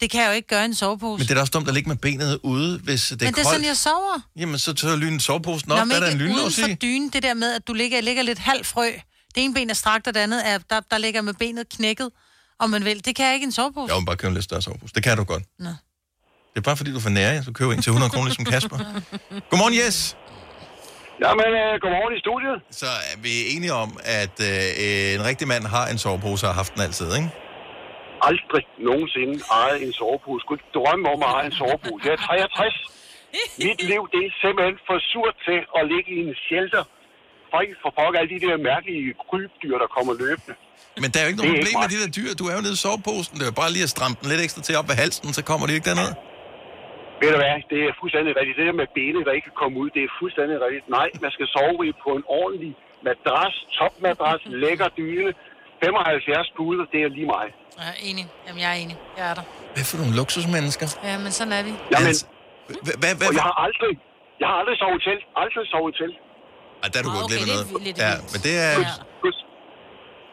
Speaker 2: Det kan jeg jo ikke gøre i en sovepose.
Speaker 1: Men det er da også dumt at ligge med benet ude, hvis det er
Speaker 2: Men det er
Speaker 1: koldt.
Speaker 2: sådan, jeg sover.
Speaker 1: Jamen, så tager lynen soveposen op,
Speaker 2: Nå,
Speaker 1: Nå,
Speaker 2: men
Speaker 1: der er der en
Speaker 2: ikke uden
Speaker 1: lynlås i.
Speaker 2: for dynen, det der med, at du ligger, ligger lidt halv frø. Det ene ben er strakt, og det andet er, der, der ligger med benet knækket, om man vil. Det kan jeg ikke i en sovepose.
Speaker 1: Jeg vil bare købe en lidt større sovepose. Det kan du godt.
Speaker 2: Nå.
Speaker 1: Det er bare fordi, du er for nære, jer, så køber en til 100 kroner, ligesom Kasper. Godmorgen, Jes.
Speaker 18: Jamen, øh, godmorgen i studiet.
Speaker 1: Så er vi enige om, at øh, en rigtig mand har en sovepose og har haft den altid, ikke?
Speaker 18: Aldrig nogensinde ejet en sovepose. Skulle ikke drømme om at eje en sovepose. Jeg er 63. Mit liv, det er simpelthen for surt til at ligge i en shelter. For ikke for pokker alle de der mærkelige krybdyr, der kommer løbende.
Speaker 1: Men der er jo ikke
Speaker 18: Det er
Speaker 1: noget
Speaker 18: ikke
Speaker 1: problem med de der dyr. Du er jo nede i soveposen. Det er jo bare lige at stramme den lidt ekstra til op ved halsen, så kommer de ikke derned.
Speaker 18: Ved du hvad, det er fuldstændig rigtigt. Det der med benet, der ikke kan komme ud, det er fuldstændig rigtigt. Nej, man skal sove i på en ordentlig madras, topmadras, lækker dyne. 75 puder, det er lige mig.
Speaker 2: Jeg er enig. Jamen, jeg er enig. Jeg er der.
Speaker 1: Hvad for nogle luksusmennesker?
Speaker 2: Ja, men sådan er vi.
Speaker 18: Jamen,
Speaker 1: Altså, hvad, hvad,
Speaker 18: og jeg har aldrig, jeg har aldrig sovet i telt. Aldrig sovet i telt.
Speaker 1: Ej, der er du
Speaker 18: Ah,
Speaker 1: gået
Speaker 18: okay,
Speaker 1: glip af
Speaker 18: det er
Speaker 1: noget.
Speaker 18: lidt
Speaker 1: Ja,
Speaker 18: vildt.
Speaker 1: men det er...
Speaker 18: Ja.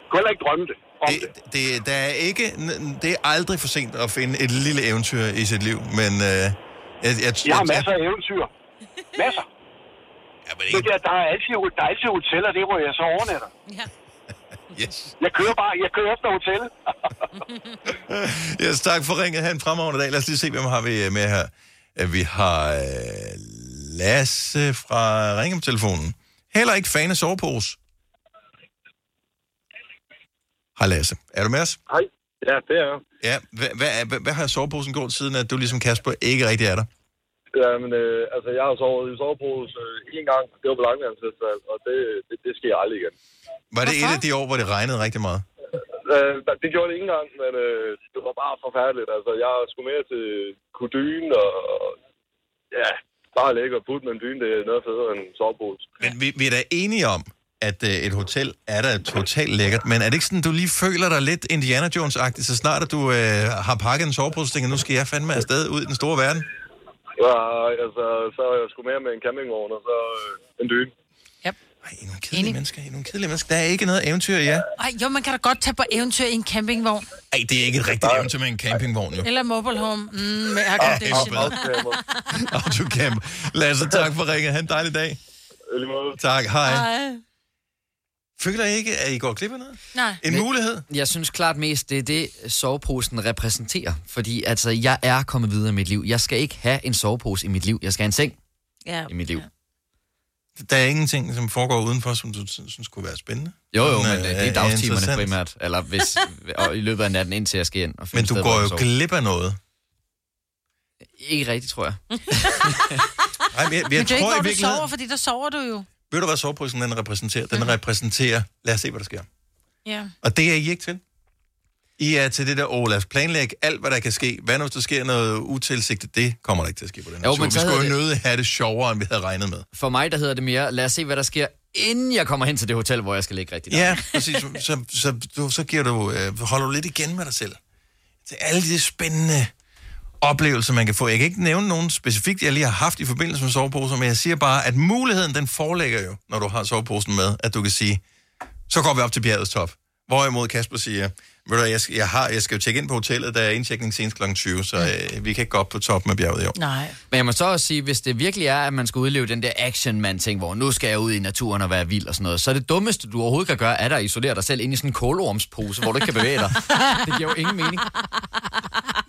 Speaker 18: Kunne heller ikke drømme det.
Speaker 1: Det, det, der er ikke, n- det er aldrig for sent at finde et lille eventyr i sit liv, men øh, jeg, jeg, jeg,
Speaker 18: Jeg har masser af eventyr. Masser.
Speaker 1: Ja, men
Speaker 18: der, der, er altid, der er altid hoteller, det er, hvor jeg så overnatter.
Speaker 1: Yes.
Speaker 18: Jeg kører bare, jeg kører efter hotellet.
Speaker 1: Yes, tak for ringet. Ha' en fremragende dag. Lad os lige se, hvem har vi øh, med her. Øh, Vi har øh, Lasse fra Ringum-telefonen. Heller ikke fan af sovepose. Hej Lasse. Er du med os?
Speaker 19: Hej. Ja, det er jeg.
Speaker 1: Ja, hvad, hvad, er- hvad, hvad har soveposen gjort siden, at du ligesom Kasper ikke rigtig er der?
Speaker 19: Ja, men øh, altså, jeg har sovet i sovepose øh, én gang. Det var på Langlandsfestival, og det, det, det sker aldrig igen.
Speaker 1: Var det et af de år, hvor det regnede rigtig meget?
Speaker 19: Øh, der- det gjorde det ikke engang, men øh, det var bare forfærdeligt. Altså, jeg skulle mere til kudyne og, og ja, bare lægge og putte med en dyne. Det er noget federe end en sovepose.
Speaker 1: Men vi, vi er da enige om, at øh, et hotel er da totalt lækkert, men er det ikke sådan, du lige føler dig lidt Indiana Jones-agtig, så snart at du øh, har pakket en sovepose, tænker, nu skal jeg fandme afsted ud i den store verden?
Speaker 19: Ja, altså, så er jeg sgu mere med en campingvogn og så øh, en dyne.
Speaker 1: Kedelige mennesker, I er nogle kedelige mennesker. Der er ikke noget eventyr i jer.
Speaker 2: Ej, jo, man kan da godt tage på eventyr i en campingvogn.
Speaker 1: Ej, det er ikke et rigtigt eventyr med en campingvogn, jo. Ah,
Speaker 2: Eller mobile home. Mm, med aircondition.
Speaker 1: Autocamp. ah, Lasse, tak for ringet. Ha' en dejlig dag. Tak, hej.
Speaker 2: Hej.
Speaker 1: Føler I ikke, at I går glip af noget?
Speaker 2: Nej.
Speaker 1: En mulighed?
Speaker 17: Jeg synes klart mest, det er det, soveposen repræsenterer. Fordi altså, jeg er kommet videre i mit liv. Jeg skal ikke have en sovepose i mit liv. Jeg skal have en seng
Speaker 5: Ja.
Speaker 17: i mit liv.
Speaker 1: Der er ingenting, som foregår udenfor, som du synes kunne være spændende.
Speaker 17: Jo, jo,
Speaker 1: Sådan,
Speaker 17: men det,
Speaker 1: øh,
Speaker 17: det er dagstimerne
Speaker 1: interessant.
Speaker 17: primært. Eller hvis, og i løbet af natten, indtil jeg skal ind. Og finde
Speaker 1: Men
Speaker 17: et
Speaker 1: du
Speaker 17: sted,
Speaker 1: går
Speaker 17: hvor jeg
Speaker 1: jo
Speaker 17: sover.
Speaker 1: glip af noget.
Speaker 17: Ikke rigtigt, tror jeg.
Speaker 1: Nej, men jeg, jeg
Speaker 2: men det er jo
Speaker 1: tror
Speaker 2: ikke,
Speaker 1: i
Speaker 2: hvor du
Speaker 1: virkeligheden...
Speaker 2: sover, fordi der sover du jo.
Speaker 1: Ved du, hvad soveposen den repræsenterer? Den repræsenterer, lad os se, hvad der sker.
Speaker 2: Ja.
Speaker 1: Og det er I ikke til. I er til det der, åh, lad os planlægge alt, hvad der kan ske. Hvad nu, hvis der sker noget utilsigtet? Det kommer der ikke til at ske på den her
Speaker 17: Jo,
Speaker 1: tur.
Speaker 17: men
Speaker 1: altså, Vi
Speaker 17: så
Speaker 1: skulle jo
Speaker 17: hedder det-
Speaker 1: nødig have det sjovere, end vi havde regnet med.
Speaker 17: For mig, der hedder det mere, lad os se, hvad der sker, inden jeg kommer hen til det hotel, hvor jeg skal ligge rigtigt.
Speaker 1: Ja, præcis. Så, så, så, så giver du, øh, holder du lidt igen med dig selv. Til alle de spændende oplevelser, man kan få. Jeg kan ikke nævne nogen specifikt, jeg lige har haft i forbindelse med soveposer, men jeg siger bare, at muligheden, den forelægger jo, når du har soveposen med, at du kan sige, så går vi op til bjergets top. Hvorimod Kasper siger, ved du, hvad, jeg, skal, jeg, har, jeg skal jo tjekke ind på hotellet, der er indtjekning senest kl. 20, så øh, vi kan ikke gå op på toppen af bjerget i år.
Speaker 2: Nej.
Speaker 17: Men jeg må så også sige, hvis det virkelig er, at man skal udleve den der action, man tænker, hvor nu skal jeg ud i naturen og være vild og sådan noget, så er det dummeste, du overhovedet kan gøre, er at isolere dig selv ind i sådan en kålormspose, hvor du ikke kan bevæge dig. Det giver jo ingen mening.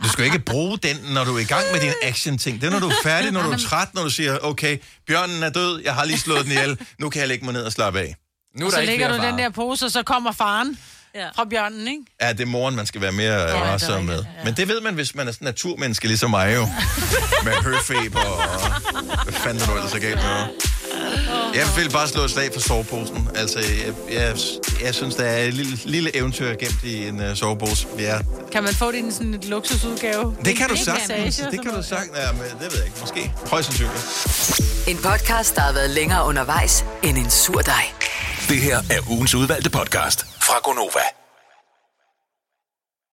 Speaker 1: Du skal jo ikke bruge den, når du er i gang med din action-ting. Det er, når du er færdig, når du er træt, når du siger, okay, bjørnen er død, jeg har lige slået den ihjel, nu kan jeg lægge mig ned og slappe af. Nu
Speaker 2: og så lægger du den der pose, og så kommer faren ja. fra bjørnen, ikke?
Speaker 1: Ja, det er moren, man skal være mere ja, varsom med. Ja. Men det ved man, hvis man er sådan en naturmenneske, ligesom mig jo. med høfeber og... Hvad fanden er du ellers så galt med? Jeg vil bare slå et slag for soveposen. Altså, jeg, jeg, jeg synes, der er et lille, lille eventyr gemt i en uh, sovepose. Ja,
Speaker 2: Kan man få det i en sådan et luksusudgave?
Speaker 1: det kan du
Speaker 2: Ikke
Speaker 1: sagtens.
Speaker 2: massage og
Speaker 1: Det
Speaker 2: sådan
Speaker 1: kan du
Speaker 2: noget.
Speaker 1: sagtens. Ja, men det ved jeg ikke. Måske. Højst sandsynligt.
Speaker 3: En podcast, der har været længere undervejs end en sur dej.
Speaker 4: Det her er ugens udvalgte podcast fra Gonova.